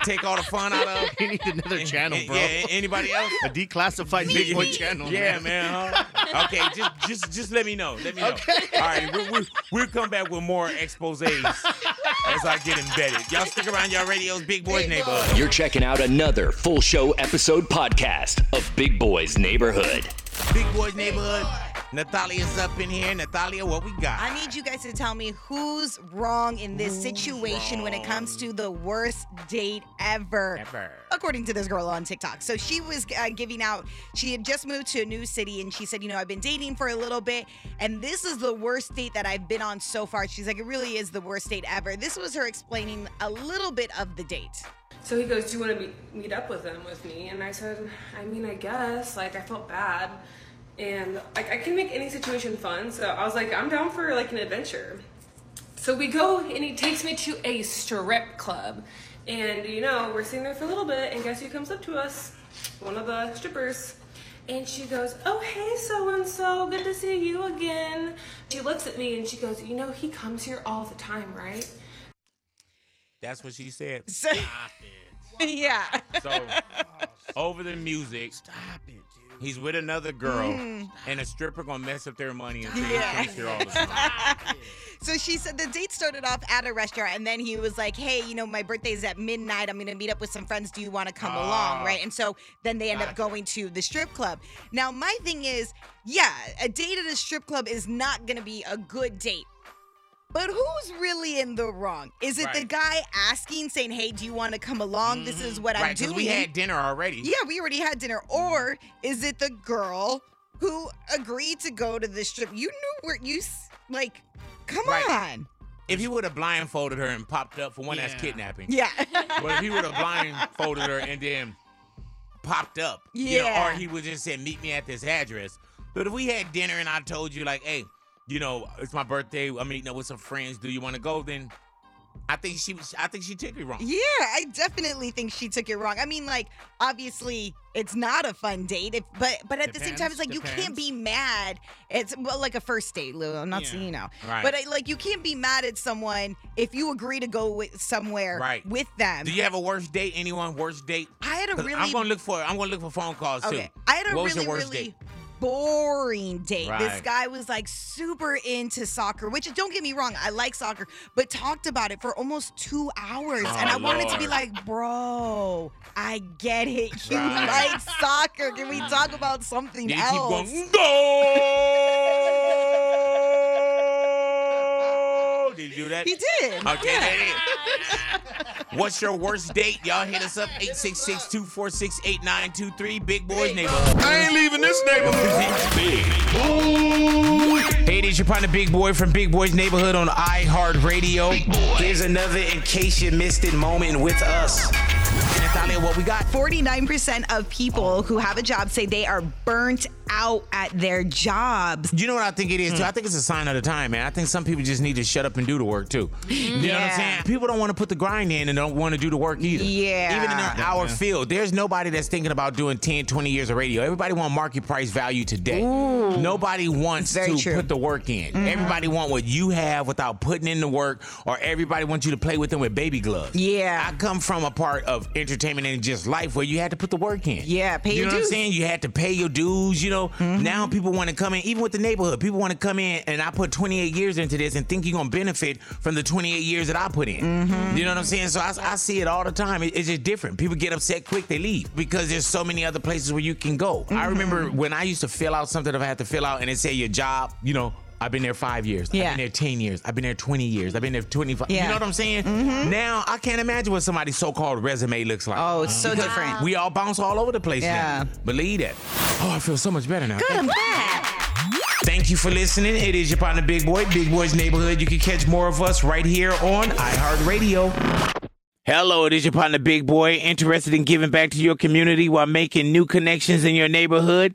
[SPEAKER 2] take all the fun out of?
[SPEAKER 3] You need another channel,
[SPEAKER 2] and-
[SPEAKER 3] bro.
[SPEAKER 2] yeah, anybody else?
[SPEAKER 3] A declassified Big Boy channel.
[SPEAKER 2] Yeah, man. huh? Okay, just just just let me know. Let me know. All right, we, we, we'll come back with more exposés as I get embedded. Y'all stick around. Y'all radios, big boys neighborhood.
[SPEAKER 1] You're checking out another full show episode podcast of Big Boys Neighborhood.
[SPEAKER 2] Big Boys Neighborhood. Natalia's up in here. Natalia, what we got?
[SPEAKER 4] I need you guys to tell me who's wrong in this situation when it comes to the worst date ever.
[SPEAKER 2] Ever.
[SPEAKER 4] According to this girl on TikTok. So she was uh, giving out, she had just moved to a new city and she said, You know, I've been dating for a little bit and this is the worst date that I've been on so far. She's like, It really is the worst date ever. This was her explaining a little bit of the date.
[SPEAKER 15] So he goes, "Do you want to meet, meet up with them with me?" And I said, "I mean, I guess." Like I felt bad, and like I can make any situation fun. So I was like, "I'm down for like an adventure." So we go, and he takes me to a strip club, and you know we're sitting there for a little bit, and guess who comes up to us? One of the strippers. And she goes, Oh, hey, so and so, good to see you again. She looks at me and she goes, You know, he comes here all the time, right?
[SPEAKER 2] That's what she said.
[SPEAKER 4] Stop
[SPEAKER 2] it.
[SPEAKER 4] yeah.
[SPEAKER 2] So over the music. Stop it, dude. He's with another girl,
[SPEAKER 4] Mm.
[SPEAKER 2] and a stripper gonna mess up their money and say he
[SPEAKER 4] Yeah.
[SPEAKER 2] comes here all the time.
[SPEAKER 4] So she said the date started off at a restaurant, and then he was like, "Hey, you know, my birthday's at midnight. I'm gonna meet up with some friends. Do you want to come
[SPEAKER 16] Ah.
[SPEAKER 4] along?" Right? And so then they end up going to the strip club. Now my thing is, yeah, a date at a strip club is not gonna be a good date. But who's really in the wrong? Is it the
[SPEAKER 2] Right. Mm-hmm.
[SPEAKER 4] guy asking, saying, "Hey, do you want to come along? This is what I'm
[SPEAKER 2] right,
[SPEAKER 4] doing."
[SPEAKER 2] we had dinner already.
[SPEAKER 4] Yeah, we already had dinner. Or is it the girl who agreed to go to the strip? You knew where you s- like. Come on.
[SPEAKER 2] If he would have blindfolded her and popped up for one, that's kidnapping.
[SPEAKER 4] Yeah.
[SPEAKER 2] But if he would have blindfolded her and then popped up, you know,
[SPEAKER 4] Yeah.
[SPEAKER 2] or he would just said, "Meet me at this address." But if we had dinner and I told you, like, "Hey, you know, it's my birthday. I'm meeting up with some friends. Do you want to go?" Then I think she, was- I think she took me wrong.
[SPEAKER 4] Yeah, I definitely think she took it wrong. I mean, like, obviously, it's not a fun date, if, but but at the same time,
[SPEAKER 16] Depends,
[SPEAKER 4] it's like you can't
[SPEAKER 16] depends.
[SPEAKER 4] be mad. It's well, like a first date, Lou. I'm not
[SPEAKER 16] Yeah.
[SPEAKER 4] saying you know,
[SPEAKER 2] Right.
[SPEAKER 4] but I, like you can't be mad at someone if you agree to go with somewhere
[SPEAKER 2] Right.
[SPEAKER 4] with them.
[SPEAKER 2] Do you have a worst date? Anyone worst date?
[SPEAKER 4] I had a
[SPEAKER 2] 'Cause
[SPEAKER 4] really-
[SPEAKER 2] I'm gonna look for. I'm gonna look for phone calls
[SPEAKER 4] Okay.
[SPEAKER 2] too.
[SPEAKER 4] I had a
[SPEAKER 2] what was
[SPEAKER 4] really,
[SPEAKER 2] your worst
[SPEAKER 4] really
[SPEAKER 2] date?
[SPEAKER 4] boring date. This
[SPEAKER 2] Right.
[SPEAKER 4] guy was like super into soccer, which don't get me wrong, I like soccer, but talked about it for almost two hours. and I
[SPEAKER 16] Oh,
[SPEAKER 4] wanted to be
[SPEAKER 16] Lord.
[SPEAKER 4] like, bro, I get it. You
[SPEAKER 16] Right.
[SPEAKER 4] like soccer. Can we talk about something
[SPEAKER 16] Then you keep
[SPEAKER 4] else?
[SPEAKER 16] going,
[SPEAKER 2] no! Oh, Did you do that?
[SPEAKER 4] He did.
[SPEAKER 2] Okay,
[SPEAKER 4] Yeah.
[SPEAKER 2] that is. What's your worst date? Y'all hit us up 866-246-8923 Big Boys Neighborhood. I ain't leaving this neighborhood. Big Hey, it is your partner Big Boy from Big Boys Neighborhood on iHeartRadio. Here's another in case you missed it moment with us. Natalia, what we got?
[SPEAKER 4] 49% of people who have a job say they are burnt out at their jobs.
[SPEAKER 2] You know what I think it is too? I think it's a sign of the time, man. I think some people just need to shut up and do the work too. You know what I'm
[SPEAKER 4] Yeah.
[SPEAKER 2] saying? People don't want to put the grind in and don't want to do the work either.
[SPEAKER 4] Yeah.
[SPEAKER 2] Even in our,
[SPEAKER 4] Yeah,
[SPEAKER 2] our
[SPEAKER 4] man.
[SPEAKER 2] field, there's nobody that's thinking about doing 10, 20 years of radio. Everybody want market price value today. Nobody wants to put the work in. Everybody want what you have without putting in the work, or everybody wants you to play with them with baby gloves. Yeah. I come from a part of entertainment and just life where you had to put the work in.
[SPEAKER 4] Yeah, pay
[SPEAKER 2] you
[SPEAKER 4] your
[SPEAKER 2] know what I'm
[SPEAKER 4] dues. Mm-hmm.
[SPEAKER 2] saying? You had to pay your dues. You know, now people want to come in, even with the neighborhood, people want to come in and I put 28 years into this and think you're going to benefit from the 28 years that I put in.
[SPEAKER 4] Mm-hmm.
[SPEAKER 2] You know what I'm saying? So I, I see it all the time. It- it's just different. People get upset quick, they leave because there's so many other places where you can go. I
[SPEAKER 4] Mm-hmm.
[SPEAKER 2] remember when I used to fill out something that I had to fill out and it said your job, you know, I've been there five years. I've
[SPEAKER 4] Yeah.
[SPEAKER 2] been there 10 years. I've been there 20 years. I've been there 25. You
[SPEAKER 4] Yeah. Mm-hmm.
[SPEAKER 2] know what I'm saying? Now I can't imagine what somebody's so called resume looks like.
[SPEAKER 4] Oh, it's so
[SPEAKER 2] Because
[SPEAKER 4] different.
[SPEAKER 2] We all bounce all over the place
[SPEAKER 4] Yeah.
[SPEAKER 2] now. Believe that. Oh, I feel so much better now.
[SPEAKER 4] Good, I'm glad.
[SPEAKER 2] Thank you for listening. It is your partner, Big Boy, Big Boy's Neighborhood. You can catch more of us right here on iHeartRadio.
[SPEAKER 17] Hello, it is your partner Big Boy, interested in giving back to your community while making new connections in your neighborhood.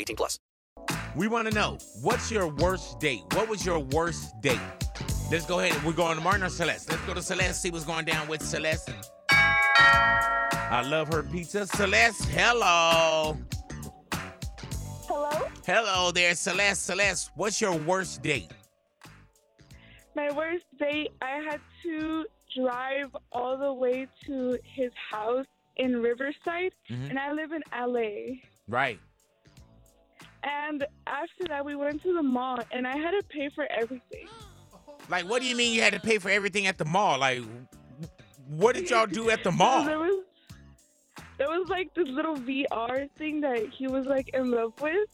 [SPEAKER 18] 18 plus.
[SPEAKER 2] We want to know what's your worst date? What was your worst date? Let's go ahead. We're going to Martin or Celeste. Let's go to Celeste, see what's going down with Celeste. I love her pizza. Celeste, hello.
[SPEAKER 19] Hello?
[SPEAKER 2] Hello there, Celeste. Celeste, what's your worst date?
[SPEAKER 19] My worst date, I had to drive all the way to his house in Riverside,
[SPEAKER 2] Mhm.
[SPEAKER 19] and I live in LA.
[SPEAKER 2] Right.
[SPEAKER 19] And after that, we went to the mall, and I had to pay for everything.
[SPEAKER 2] Like, what do you mean you had to pay for everything at the mall? Like, what did y'all do at the mall?
[SPEAKER 19] So there was there was like this little VR thing that he was like in love with,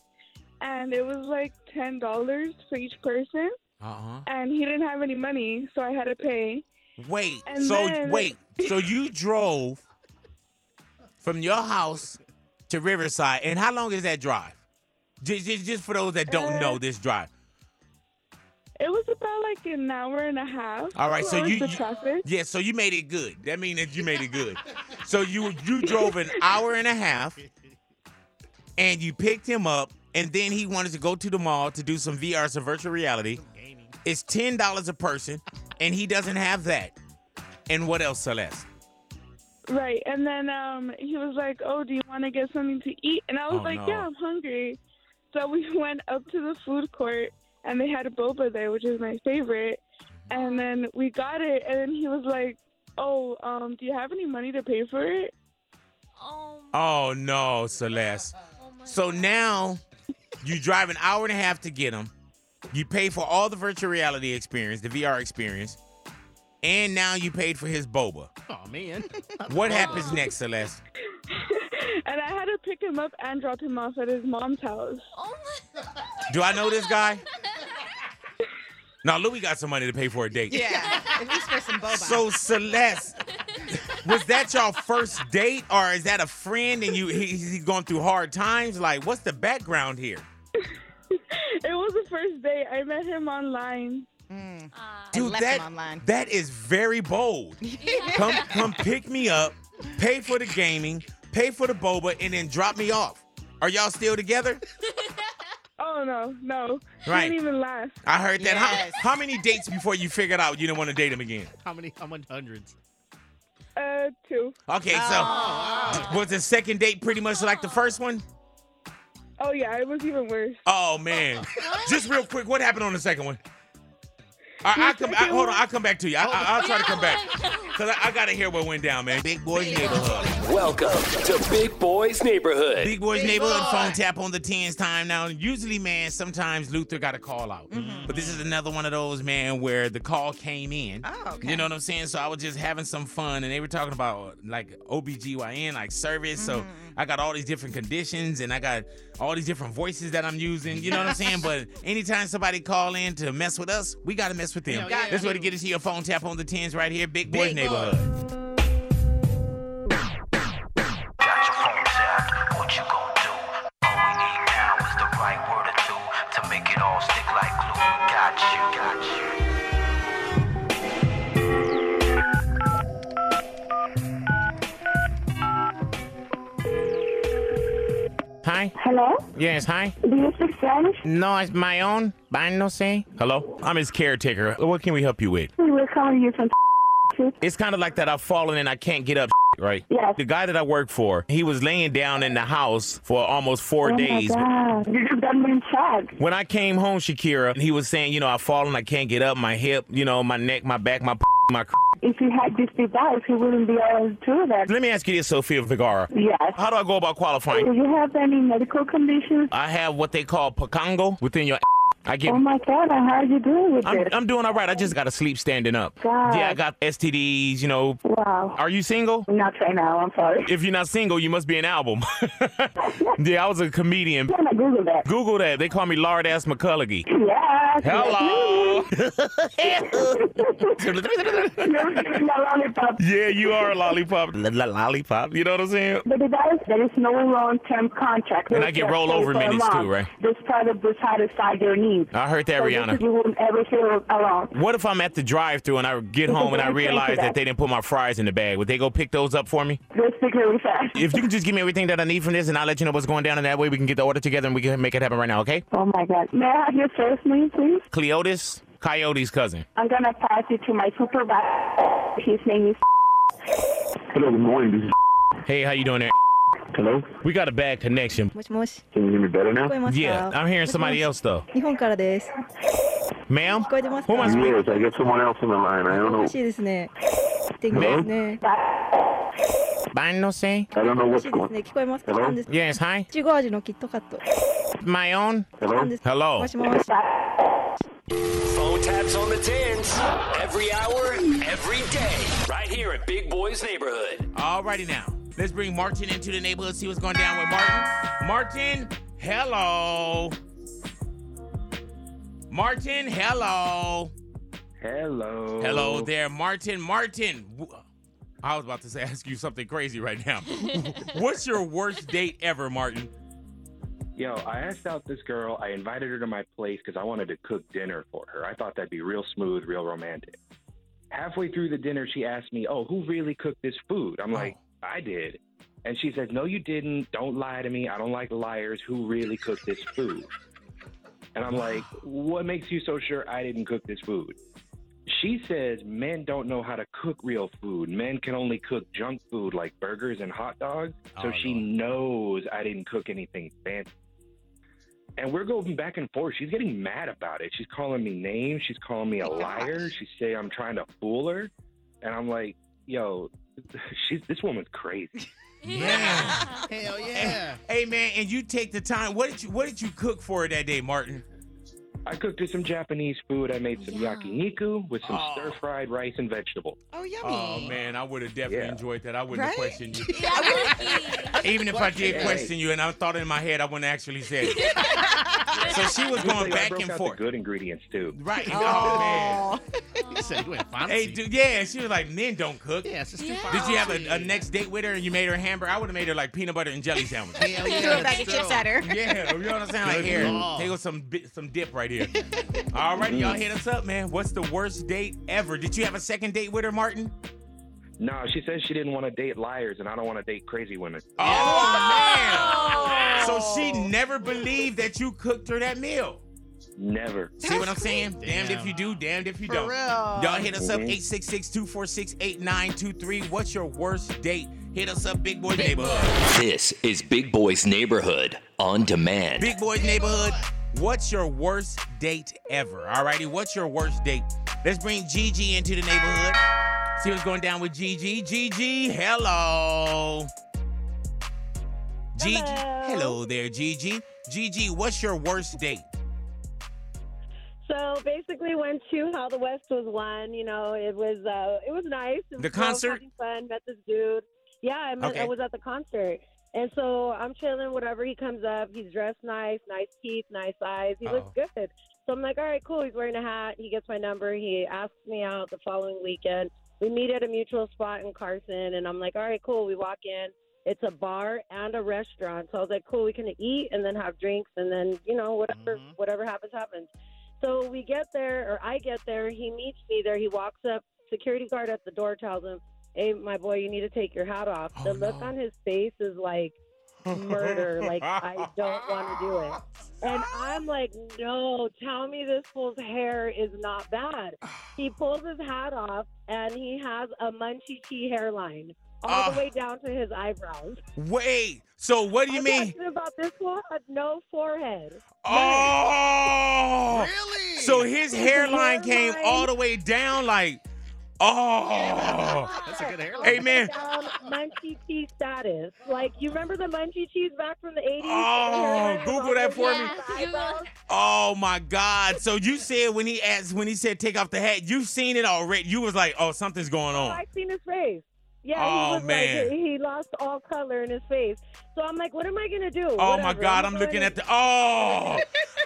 [SPEAKER 19] and it was like ten dollars for each person,
[SPEAKER 2] Uh-huh.
[SPEAKER 19] and he didn't have any money, so I had to pay.
[SPEAKER 2] Wait.
[SPEAKER 19] And
[SPEAKER 2] so
[SPEAKER 19] then-
[SPEAKER 2] wait. So you drove from your house to Riverside, and how long is that drive? Just, just, just for those that don't
[SPEAKER 19] Uh,
[SPEAKER 2] know this drive.
[SPEAKER 19] It was about like an hour and a half.
[SPEAKER 2] All right.
[SPEAKER 19] two
[SPEAKER 2] So
[SPEAKER 19] hours
[SPEAKER 2] you,
[SPEAKER 19] of traffic.
[SPEAKER 2] you yeah. So you made it good. That means that you made it good. so you you drove an hour and a half, and you picked him up, and then he wanted to go to the mall to do some VR, some virtual reality. It's ten dollars a person, and he doesn't have that. And what else, Celeste?
[SPEAKER 19] Right. And then um, he was like, Oh, do you want to get something to eat? And I was
[SPEAKER 2] Oh,
[SPEAKER 19] like,
[SPEAKER 2] no.
[SPEAKER 19] Yeah, I'm hungry. So we went up to the food court and they had a boba there, which is my favorite. And then we got it. And then he was like, Oh, um, do you have any money to pay for it?
[SPEAKER 2] Oh no, Celeste. so now you drive an hour and a half to get them. You pay for all the virtual reality experience, the VR experience, and now you paid for his boba.
[SPEAKER 3] Oh man.
[SPEAKER 2] What happens next, Celeste?
[SPEAKER 19] And I had to pick him up and drop him off at his mom's house.
[SPEAKER 2] Oh. Do I know this guy? Now Louis got some money to pay for a date.
[SPEAKER 4] Yeah, at least for some boba.
[SPEAKER 2] So Celeste, was that your first date, or is that a friend and you he, he's going through hard times? Like, what's the background here?
[SPEAKER 19] It was the first day. I met him online.
[SPEAKER 2] Dude, that, that is very bold. come, come pick me up, pay for the gaming, pay for the boba, and then drop me off. Are y'all still together?
[SPEAKER 19] Oh, no, no, no. She
[SPEAKER 2] Right.
[SPEAKER 19] didn't even laugh.
[SPEAKER 2] I heard that. How, how many dates before you figured out you didn't want to date him again?
[SPEAKER 3] How many? How many hundreds?
[SPEAKER 19] Uh, two.
[SPEAKER 2] Okay, so was the second date pretty much like the first one?
[SPEAKER 19] Oh yeah, it was even worse.
[SPEAKER 2] Oh man! Just real quick, what happened on the second one? I, I come. I, hold on, I'll come back to you. I, I, will try to come back because I, I gotta hear what went down, man. Big boys neighborhood.
[SPEAKER 17] Welcome to Big Boys Neighborhood. Big Boys
[SPEAKER 2] Big
[SPEAKER 17] Neighborhood
[SPEAKER 2] Boy.
[SPEAKER 17] phone tap on the tens time now.
[SPEAKER 2] Usually, man, sometimes Luther got a call out, but this is another one of those, man, where the call came in. Oh,
[SPEAKER 17] okay.
[SPEAKER 2] You know what I'm saying? So I was just having some fun, and they were talking about like OBGYN, like service. So I got all these different conditions, and I got all these different voices that I'm using. You know what I'm saying? But anytime somebody call in to mess with us, we got to mess with them.
[SPEAKER 17] Hell yeah.
[SPEAKER 2] This way to get into your phone tap on the tens right here, Big Boys
[SPEAKER 17] Big
[SPEAKER 2] Neighborhood.
[SPEAKER 20] Got your phone tapped, what you gon' do? All we need now is the right word or two to make it all stick like glue. Got you, got you.
[SPEAKER 21] Hi.
[SPEAKER 7] Hello?
[SPEAKER 21] Yes, hi.
[SPEAKER 7] Do you speak Spanish?
[SPEAKER 21] No, it's my own. I no sé.
[SPEAKER 2] Hello, I'm his caretaker. What can we help you with?
[SPEAKER 7] We're calling you from.
[SPEAKER 2] It's kind of like that I've fallen and I can't get up, right?
[SPEAKER 7] Yes.
[SPEAKER 2] The guy that I work for, he was laying down in the house for almost four
[SPEAKER 7] Oh
[SPEAKER 2] days.
[SPEAKER 7] My God. You just got me in shock.
[SPEAKER 2] When I came home, Shakira, he was saying, you know, I've fallen, I can't get up, my hip, you know, my neck, my back, my my.
[SPEAKER 7] If he had this device, he wouldn't be able to do that.
[SPEAKER 2] Let me ask you this, Sophia Vergara.
[SPEAKER 7] Yes. Mm-hmm.
[SPEAKER 2] How do I go about
[SPEAKER 7] Do
[SPEAKER 2] qualifying?
[SPEAKER 7] you have any medical conditions?
[SPEAKER 2] I have what they call pacango within your. I get.
[SPEAKER 7] Oh my God! and How are you doing with
[SPEAKER 2] I'm,
[SPEAKER 7] this?
[SPEAKER 2] I'm doing all right. I just got to sleep standing up.
[SPEAKER 7] God.
[SPEAKER 2] Yeah, I got STDs, you know.
[SPEAKER 7] Wow.
[SPEAKER 2] Are you single?
[SPEAKER 7] Not right now. I'm sorry.
[SPEAKER 2] If you're not single, you must be an album. yeah, I was a comedian.
[SPEAKER 7] I'm gonna Google that.
[SPEAKER 2] Google that. They call me Lard Ass McCullogy.
[SPEAKER 7] Yes.
[SPEAKER 2] Hello. yeah, you are a lollipop. L- l- lollipop. You know what I'm saying?
[SPEAKER 7] The device there is no long-term contract.
[SPEAKER 2] And I get
[SPEAKER 7] Just
[SPEAKER 2] rollover
[SPEAKER 7] for a
[SPEAKER 2] minutes too,
[SPEAKER 7] month.
[SPEAKER 2] right?
[SPEAKER 7] This product will satisfy your needs.
[SPEAKER 2] I heard that,
[SPEAKER 7] So
[SPEAKER 2] Rihanna.
[SPEAKER 7] You won't ever feel alone.
[SPEAKER 2] What if I'm at the drive-through and I get home and I realize that they didn't put my fries in the bag? Would they go pick those up for me?
[SPEAKER 7] Just pick really fast.
[SPEAKER 2] If you can just give me everything that I need from this, and I'll let you know what's going down, and that way we can get the order together and we can make it happen right now, okay?
[SPEAKER 7] Oh my God! May I have your first name, please?
[SPEAKER 2] Cleotis, Coyote's cousin.
[SPEAKER 7] I'm gonna pass you to my supervisor. His name is.
[SPEAKER 2] Hello, good morning. This is hey, how you doing there? Hello. We got a bad connection.
[SPEAKER 6] Much more.
[SPEAKER 2] Can you hear me better now?
[SPEAKER 6] Going
[SPEAKER 2] Yeah,
[SPEAKER 6] myself.
[SPEAKER 2] I'm hearing
[SPEAKER 6] Which
[SPEAKER 2] somebody
[SPEAKER 6] one's-
[SPEAKER 2] else though.
[SPEAKER 6] 日本からです。
[SPEAKER 2] Ma'am?
[SPEAKER 6] 聞こえてますか
[SPEAKER 2] Who am I speaking?
[SPEAKER 22] Yes, I got someone else on the line. I don't
[SPEAKER 6] おか
[SPEAKER 22] know.
[SPEAKER 6] しいですね。天気ですね。
[SPEAKER 21] I no sé.
[SPEAKER 22] I don't know
[SPEAKER 6] おか
[SPEAKER 22] what's
[SPEAKER 6] しいです
[SPEAKER 22] going.
[SPEAKER 6] ね。聞こえますか
[SPEAKER 22] Hello?
[SPEAKER 6] なんです
[SPEAKER 21] Yes, hi.
[SPEAKER 6] いちご味のキットカット。
[SPEAKER 21] My own.
[SPEAKER 22] Hello.
[SPEAKER 6] もしもし。
[SPEAKER 9] Phone taps on the tins every hour, every day, right here at Big Boys Neighborhood.
[SPEAKER 2] Alrighty now. Let's bring Martin into the neighborhood, see what's going down with Martin. Martin, hello. Martin, hello.
[SPEAKER 23] Hello.
[SPEAKER 2] Hello there, Martin. Martin, w- I was about to say, ask you something crazy right now. What's your worst date ever, Martin?
[SPEAKER 23] Yo, I asked out this girl. I invited her to my place because I wanted to cook dinner for her. I thought that'd be real smooth, real romantic. Halfway through the dinner, she asked me, Oh, who really cooked this food? I'm like, I did. And she says, No, you didn't. Don't lie to me. I don't like liars. Who really cooked this food? And I'm like, What makes you so sure I didn't cook this food? She says men don't know how to cook real food. Men can only cook junk food like burgers and hot dogs. So
[SPEAKER 24] Oh,
[SPEAKER 23] she knows I didn't cook anything fancy. And we're going back and forth. She's getting mad about it. She's calling me names. She's calling me a liar. She say I'm trying to fool her. And I'm like, yo, she's this woman's crazy.
[SPEAKER 3] Hell
[SPEAKER 2] yeah. Hey, man, and you take the time. What did you What did you cook for her that day, Martin?
[SPEAKER 23] I cooked her some Japanese food. I made some yakiniku with some
[SPEAKER 2] Oh.
[SPEAKER 23] stir fried rice and vegetables.
[SPEAKER 4] Oh,
[SPEAKER 2] Oh man, I would have definitely enjoyed that. I wouldn't have
[SPEAKER 23] Right?
[SPEAKER 2] questioned you. Even if I did
[SPEAKER 23] Hey.
[SPEAKER 2] question you and I thought in my head, I wouldn't actually say it. so she was
[SPEAKER 23] Usually
[SPEAKER 2] going
[SPEAKER 23] I
[SPEAKER 2] back
[SPEAKER 23] broke
[SPEAKER 2] and
[SPEAKER 23] out the
[SPEAKER 2] forth.
[SPEAKER 23] good ingredients too.
[SPEAKER 2] Right. Oh, man.
[SPEAKER 3] He said you went fancy.
[SPEAKER 2] Hey, dude, yeah, she was like, men don't cook.
[SPEAKER 3] Yeah, it's just too
[SPEAKER 2] Did you have a, a next date with her and you made her a hamburger? I would have made her like peanut butter and jelly sandwich.
[SPEAKER 3] Hell yeah.
[SPEAKER 4] Throw a bag of chips at her.
[SPEAKER 2] Yeah, you know what I'm saying? Like,
[SPEAKER 3] Good
[SPEAKER 2] here,
[SPEAKER 3] call.
[SPEAKER 2] take some bit, some dip right here. All right, y'all hit us up, man. What's the worst date ever? Did you have a second date with her, Martin?
[SPEAKER 23] No, she says she didn't want to date liars, and I don't want to date crazy women.
[SPEAKER 2] Oh. So she never believed that you cooked her that meal.
[SPEAKER 23] Never.
[SPEAKER 2] See what I'm saying? Damned if you do, damned if you
[SPEAKER 23] For
[SPEAKER 2] don't.
[SPEAKER 23] real.
[SPEAKER 2] Y'all hit us up
[SPEAKER 23] Mhm.
[SPEAKER 2] 866-246-8923. What's your worst date? Hit us up, Big Boy Neighborhood.
[SPEAKER 1] This is Big Boy's Neighborhood on demand.
[SPEAKER 2] Big Boy's Neighborhood. What's your worst date ever? Alrighty, what's your worst date? Let's bring Gigi into the neighborhood. See what's going down with Gigi. Gigi, hello. Gigi, hello there, Gigi. Gigi, what's your worst date?
[SPEAKER 8] So basically, went to How the West Was Won. You know, it was uh, it was nice. It was
[SPEAKER 2] The
[SPEAKER 8] cool,
[SPEAKER 2] concert?
[SPEAKER 8] having fun. Met this dude. Yeah, I, met,
[SPEAKER 2] Okay.
[SPEAKER 8] I was at the concert, and so I'm chilling. Whatever he comes up, he's dressed nice, nice teeth, nice eyes. He
[SPEAKER 2] Oh.
[SPEAKER 8] looks good. So I'm like, all right, cool. He's wearing a hat. He gets my number. He asks me out the following weekend. We meet at a mutual spot in Carson, and I'm like, all right, cool. We walk in. It's a bar and a restaurant. So I was like, cool. We can eat and then have drinks, and then you know whatever whatever happens happens. So we get there, or I get there. He meets me there. He walks up. Security guard at the door tells him, "Hey, my boy, you need to take your hat off." the look on his face is like murder. like I don't want to do it. And I'm like, no, tell me this fool's hair is not bad. He pulls his hat off, and he has a munchie tea hairline all
[SPEAKER 2] Ah.
[SPEAKER 8] the way down to his eyebrows.
[SPEAKER 2] Wait. So what do you mean?
[SPEAKER 8] Talking about this fool had no forehead.
[SPEAKER 2] Oh, really? So his hairline came all the way down, like, oh.
[SPEAKER 8] That's
[SPEAKER 2] a good hairline. Hey, man.
[SPEAKER 8] Down munchie cheese status. Like you remember the munchie cheese back from the eighties?
[SPEAKER 2] Oh, Google that for me. Oh my God! So you said when he asked, when he said take off the hat, you seen it already. You was like, oh, something's going on.
[SPEAKER 8] I seen his face. Yeah,
[SPEAKER 2] Oh,
[SPEAKER 8] he was
[SPEAKER 2] man.
[SPEAKER 8] like he he lost all color in his face. So I'm like, what am I gonna do?
[SPEAKER 2] Oh my
[SPEAKER 8] Whatever.
[SPEAKER 2] God! I'm
[SPEAKER 8] going
[SPEAKER 2] looking
[SPEAKER 8] in-
[SPEAKER 2] at the oh,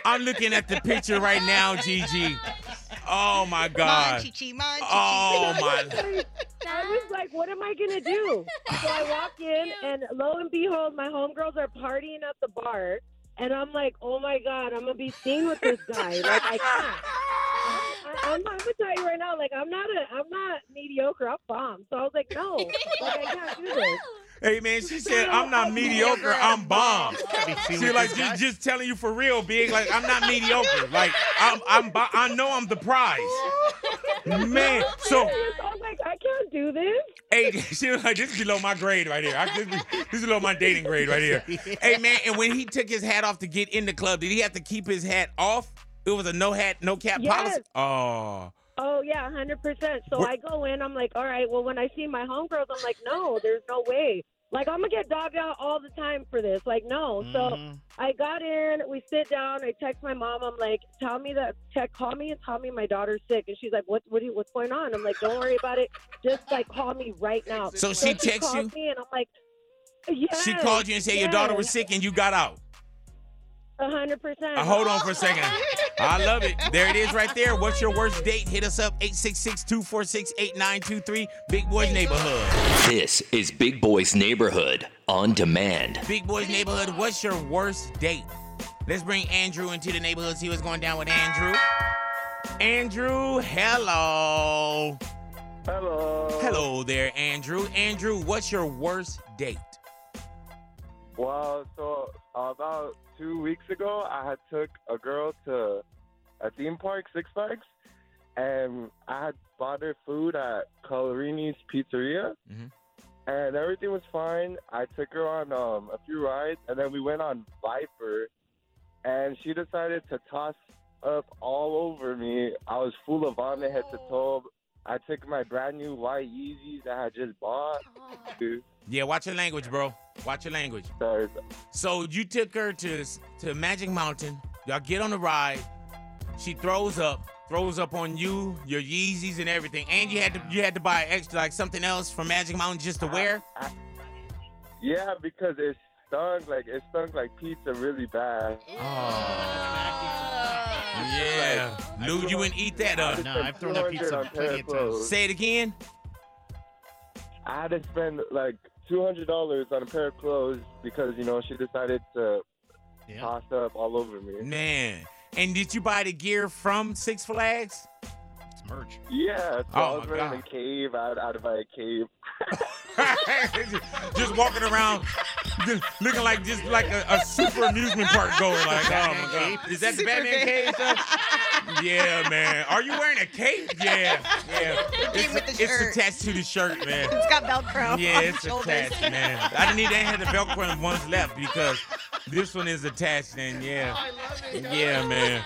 [SPEAKER 2] I'm looking at the picture right now, Gigi. Oh my God! Oh my.
[SPEAKER 8] I was like, what am I gonna do? So I walk in, and lo and behold, my homegirls are partying at the bar, and I'm like, oh my god, I'm gonna be seen with this guy. Like I can't. I, I'm, I'm gonna tell you right now, like I'm not a, I'm not mediocre. I'm bomb. So I was like, no, like I can't do this.
[SPEAKER 2] Hey man, she said I'm not mediocre. I'm bomb. She like just, just telling you for real, big. Like I'm not mediocre. Like I'm I'm bo- I know I'm the prize. Man, so
[SPEAKER 8] I was like, Oh I can't do this.
[SPEAKER 2] hey, she was like this is below my grade right here. I, this, be- this is below my dating grade right here. Hey man, and when he took his hat off to get in the club, did he have to keep his hat off? It was a no hat, no cap
[SPEAKER 8] Yes.
[SPEAKER 2] policy. Oh.
[SPEAKER 8] Oh yeah, hundred percent. So I go in, I'm like, all right. Well, when I see my homegirls, I'm like, no, there's no way. Like I'm gonna get dogged out all the time for this. Like no. So I got in, we sit down, I text my mom. I'm like, tell me that, check, call me and tell me my daughter's sick. And she's like, what, what, do you, what's going on? I'm like, don't worry about it. Just like call me right now.
[SPEAKER 2] So she texts
[SPEAKER 8] calls
[SPEAKER 2] you?
[SPEAKER 8] me and I'm like, yes,
[SPEAKER 2] She called you and said your daughter was sick and you got out.
[SPEAKER 8] hundred percent.
[SPEAKER 2] Uh, hold on for a second. I love it. There it is right there. What's your worst date? Hit us up 866-246-8923. Big Boys Neighborhood.
[SPEAKER 1] This is Big Boy's Neighborhood on demand.
[SPEAKER 2] Big Boys Neighborhood, what's your worst date? Let's bring Andrew into the neighborhood, see what's going down with Andrew. Andrew, hello.
[SPEAKER 10] Hello.
[SPEAKER 2] Hello there, Andrew. Andrew, what's your worst date?
[SPEAKER 10] Well, so about two weeks ago, I had took a girl to a theme park, Six Flags, and I had bought her food at Colorini's Pizzeria, and everything was fine. I took her on um, a few rides, and then we went on Viper, and she decided to toss up all over me. I was full of vomit head to toe. I took my brand new white Yeezys I had just bought. Dude.
[SPEAKER 2] Yeah, watch your language, bro. Watch your language. So you took her to to Magic Mountain. Y'all get on the ride. She throws up, throws up on you, your Yeezys and everything. And you had to you had to buy extra like something else from Magic Mountain just to wear.
[SPEAKER 10] Yeah, because it stunk like it stunk like pizza really bad.
[SPEAKER 2] Yeah. Knew you wouldn't eat that up.
[SPEAKER 10] No, I've thrown up pizza plenty of times.
[SPEAKER 2] Say it again.
[SPEAKER 10] I had to spend like two hundred dollars on a pair of clothes because you know she decided to toss up all over me.
[SPEAKER 2] Man. And did you buy the gear from Six Flags?
[SPEAKER 16] merch.
[SPEAKER 10] Yeah, so
[SPEAKER 16] Oh,
[SPEAKER 10] I was
[SPEAKER 16] my
[SPEAKER 10] wearing a cave out, out of my cave.
[SPEAKER 2] just walking around, just looking like just like a, a super amusement park goer. Like, oh my god, is that the Batman cave? Yeah, man. Are you wearing a cape? Yeah, yeah. It's, it's attached to the shirt, man.
[SPEAKER 4] It's got Velcro.
[SPEAKER 2] Yeah,
[SPEAKER 4] on
[SPEAKER 2] it's
[SPEAKER 4] the shoulders.
[SPEAKER 2] attached, man. I didn't need to have the Velcro and one's left because this one is attached, and yeah, yeah, man,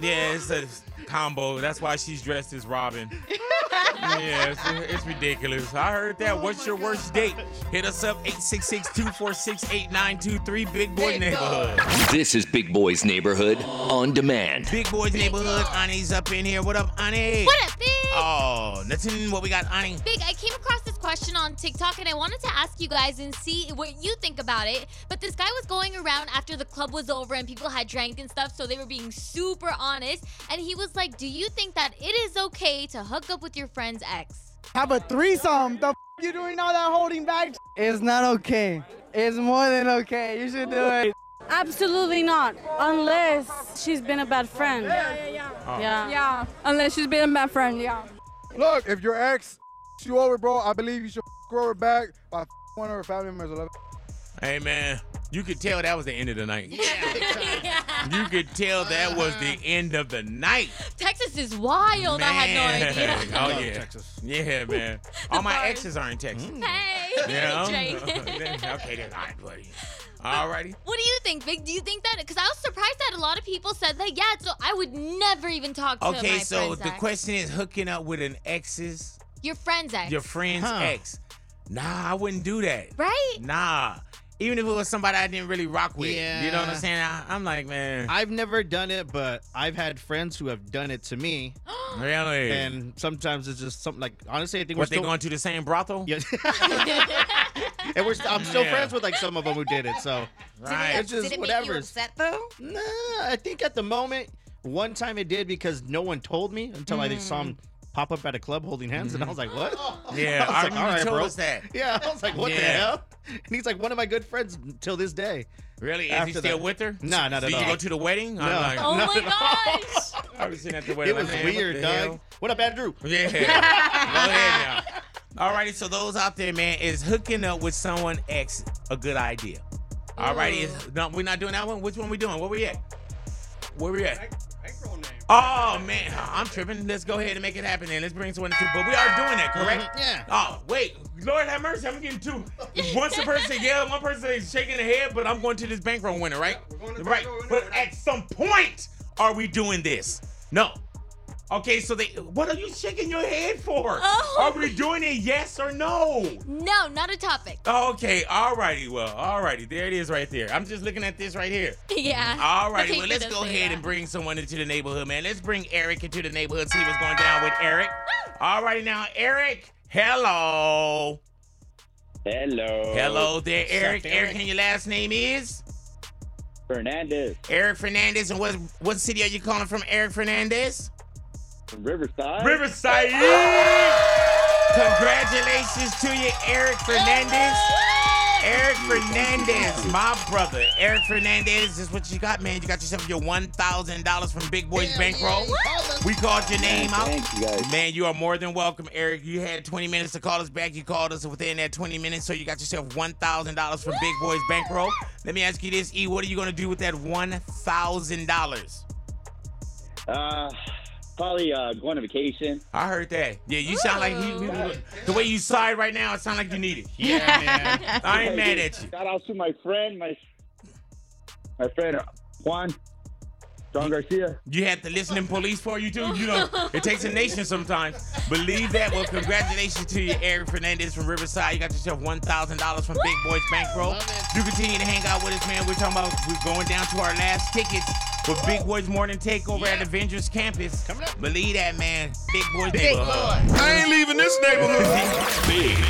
[SPEAKER 2] yeah, it's a combo. That's why she's dressed as Robin. yeah, it's, it's ridiculous. I heard that. What's your worst date? Hit us up 866-246-8923, Big Boy Neighborhood.
[SPEAKER 1] This is Big Boy's Neighborhood on demand.
[SPEAKER 2] Big Boy's Neighborhood. Ani's up in here. What up, Ani?
[SPEAKER 5] What up, Big?
[SPEAKER 2] Oh, nothing. What we got, Ani?
[SPEAKER 5] Big, I came across this question on TikTok and I wanted to ask you guys and see what you think about it. But this guy was going around after the club was over and people had drank and stuff, so they were being super honest. And he was like, Do you think that it is okay to hook up with your friend's ex?
[SPEAKER 11] Have a threesome. The f- you doing all that holding back? It's not okay. It's more than okay. You should do it.
[SPEAKER 13] Absolutely not, unless she's been a bad friend.
[SPEAKER 24] Yeah,
[SPEAKER 13] yeah,
[SPEAKER 24] Oh.
[SPEAKER 13] yeah.
[SPEAKER 24] Yeah, unless she's been a bad friend, yeah.
[SPEAKER 25] Look, if your ex f- you over, bro, I believe you should f- grow her back by f- one of her family members. or
[SPEAKER 2] Hey, man. You could tell that was the end of the night. You could tell that was the end of the night.
[SPEAKER 5] Texas is wild. Uh-huh. I had no idea.
[SPEAKER 2] Oh yeah, Yeah, man. All my exes are in Texas.
[SPEAKER 5] Hey,
[SPEAKER 2] Yeah.
[SPEAKER 5] Hmm? Jay.
[SPEAKER 2] okay, then. All right, buddy. All righty.
[SPEAKER 5] What do you think, Vic? Do you think that? Because I was surprised that a lot of people said that. Yeah, so I would never even talk to my
[SPEAKER 2] Okay, so
[SPEAKER 5] friend's
[SPEAKER 2] the
[SPEAKER 5] ex.
[SPEAKER 2] question is hooking up with an ex's,
[SPEAKER 5] your friend's ex,
[SPEAKER 2] your friend's ex. Nah, I wouldn't do that.
[SPEAKER 5] right?
[SPEAKER 2] Nah. Even if it was somebody I didn't really rock with. You know what I'm
[SPEAKER 3] Yeah.
[SPEAKER 2] saying? I, I'm like, man.
[SPEAKER 3] I've never done it, but I've had friends who have done it to me.
[SPEAKER 2] really?
[SPEAKER 3] And sometimes it's just something like honestly, I think
[SPEAKER 2] What,
[SPEAKER 3] we're
[SPEAKER 2] they
[SPEAKER 3] still
[SPEAKER 2] going to the same brothel?
[SPEAKER 3] Yeah. and we're st- I'm still
[SPEAKER 2] Yeah.
[SPEAKER 3] friends with like some of them who did it. So
[SPEAKER 2] Right.
[SPEAKER 3] it's just
[SPEAKER 4] Did it make you
[SPEAKER 3] whatever.
[SPEAKER 4] upset though?
[SPEAKER 3] Nah, I think at the moment, one time it did because no one told me until I saw him pop up at a club holding hands, and I was like, "What?"
[SPEAKER 16] Mm-hmm.
[SPEAKER 2] Yeah,
[SPEAKER 3] I
[SPEAKER 2] I
[SPEAKER 3] was like,
[SPEAKER 2] remember
[SPEAKER 3] "All
[SPEAKER 2] you
[SPEAKER 3] right,
[SPEAKER 2] told
[SPEAKER 3] bro."
[SPEAKER 2] us that.
[SPEAKER 3] Yeah, I was like, "What the
[SPEAKER 2] Yeah.
[SPEAKER 3] hell?" And he's like, "One of my good friends till this day."
[SPEAKER 2] Really? Is he
[SPEAKER 3] After
[SPEAKER 2] still
[SPEAKER 3] that-
[SPEAKER 2] with her?
[SPEAKER 3] Nah, not
[SPEAKER 2] Did
[SPEAKER 3] at
[SPEAKER 2] you
[SPEAKER 3] all.
[SPEAKER 2] go to the wedding?
[SPEAKER 3] No.
[SPEAKER 2] I'm like,
[SPEAKER 5] Oh
[SPEAKER 2] no.
[SPEAKER 5] my gosh!
[SPEAKER 2] I was sitting at the wedding.
[SPEAKER 3] It was
[SPEAKER 2] like, man, what
[SPEAKER 3] weird,
[SPEAKER 2] the
[SPEAKER 3] Doug.
[SPEAKER 2] hell?
[SPEAKER 3] What up, Andrew?
[SPEAKER 2] Yeah. Go ahead now. Alrighty, so those out there, man, is hooking up with someone ex a good idea? Alrighty, is, no, we're not doing that one. Which one we doing? Where we at? Where we at? Oh man, I'm tripping. Let's go ahead and make it happen, and let's bring someone to. But we are doing that, correct?
[SPEAKER 3] Mhm. Yeah.
[SPEAKER 2] Oh wait, Lord have mercy, I'm getting two. Once a person yeah, one person is shaking their head, but I'm going to this bankroll winner, right? right. But at some point, are we doing this? No. Okay, so they. What are you shaking your head for?
[SPEAKER 5] Oh.
[SPEAKER 2] Are we doing it? Yes or no?
[SPEAKER 5] No, not a topic.
[SPEAKER 2] Okay, alrighty, well, alrighty, there it is right there. I'm just looking at this right here.
[SPEAKER 5] Yeah.
[SPEAKER 2] All right,
[SPEAKER 5] Okay,
[SPEAKER 2] well,
[SPEAKER 5] he
[SPEAKER 2] let's
[SPEAKER 5] does
[SPEAKER 2] go
[SPEAKER 5] say
[SPEAKER 2] ahead
[SPEAKER 5] that.
[SPEAKER 2] and bring someone into the neighborhood, man. Let's bring Eric into the neighborhood, see what's going down with Eric. All righty now, Eric, hello.
[SPEAKER 26] Hello.
[SPEAKER 2] Oh. Hello there,
[SPEAKER 26] What's up, Eric?
[SPEAKER 2] Eric. Eric, and your last name is?
[SPEAKER 26] Fernandez
[SPEAKER 2] Eric Fernandez. And what, what city are you calling from, Eric Fernandez?
[SPEAKER 26] from Riverside.
[SPEAKER 2] Riverside. Congratulations to you, Eric Fernandez. Eric Fernandez, my brother. Eric Fernandez is what you got, man. You got yourself your one thousand dollars from Big Boy's bankroll. we called your name out. Man, you are more than welcome, Eric. You had 20 minutes to call us back. You called us within that 20 minutes, so you got yourself $1,000 from Big Boy's bankroll. Let me ask you this, E. What are you going to do with that $1,000?
[SPEAKER 26] Uh, probably uh, going on vacation.
[SPEAKER 2] I heard that. Yeah, you sound like you, you- the way you sigh right now. It sounds like you need it.
[SPEAKER 26] Yeah, man.
[SPEAKER 2] I ain't mad at you.
[SPEAKER 26] Shout out to my friend, my my friend Juan John Garcia.
[SPEAKER 2] You had the listening police for you too. You know, it takes a nation sometimes. Believe that. Well, congratulations to you, Eric Fernandez from Riverside. You got yourself one thousand dollars from Big Boy's bankroll. You continue to hang out with us, man. We're talking about we're going down to our last tickets for Big Boy's morning takeover at Avengers Campus. Believe that, man. Big Boy's
[SPEAKER 27] Big
[SPEAKER 2] neighborhood.
[SPEAKER 27] boy. I ain't leaving this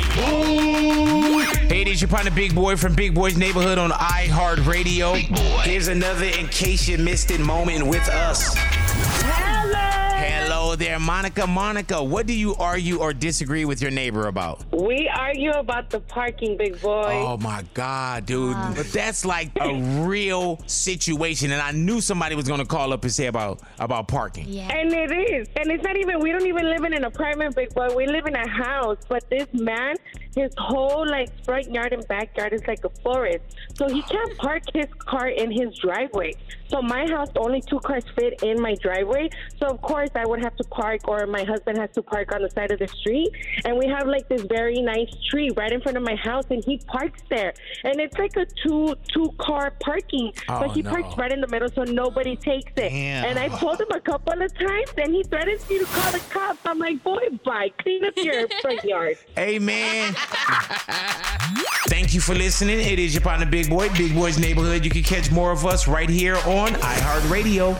[SPEAKER 27] neighborhood.
[SPEAKER 2] Hey, it is your partner, Big Boy from Big Boy's Neighborhood on iHeartRadio. Here's another in case you missed it moment with us. Hello. Hello there, Monica. Monica, what do you argue or disagree with your neighbor about?
[SPEAKER 17] We argue about the parking, big boy.
[SPEAKER 2] Oh my God, dude. But that's like a real situation. And I knew somebody was gonna call up and say about about parking.
[SPEAKER 17] And it is. And it's not even, we don't even live in an apartment, big boy. We live in a house. But this man, his whole like front yard and backyard is like a forest. So he can't park his car in his driveway. So my house, only two cars fit in my driveway. So of course I would have to park or my husband has to park on the side of the street. And we have like this very nice tree right in front of my house and he parks there. And it's like a two two car parking. but
[SPEAKER 20] Oh,
[SPEAKER 17] he
[SPEAKER 20] no.
[SPEAKER 17] parks right in the middle so nobody takes it.
[SPEAKER 20] Damn.
[SPEAKER 17] And I told him a couple of times and he threatens me to call the cops. I'm like, boy, bye. Clean up your front yard.
[SPEAKER 2] Amen. Thank you for listening. It is your partner, Big Boy, Big Boy's Neighborhood. You can catch more of us right here on iHeartRadio.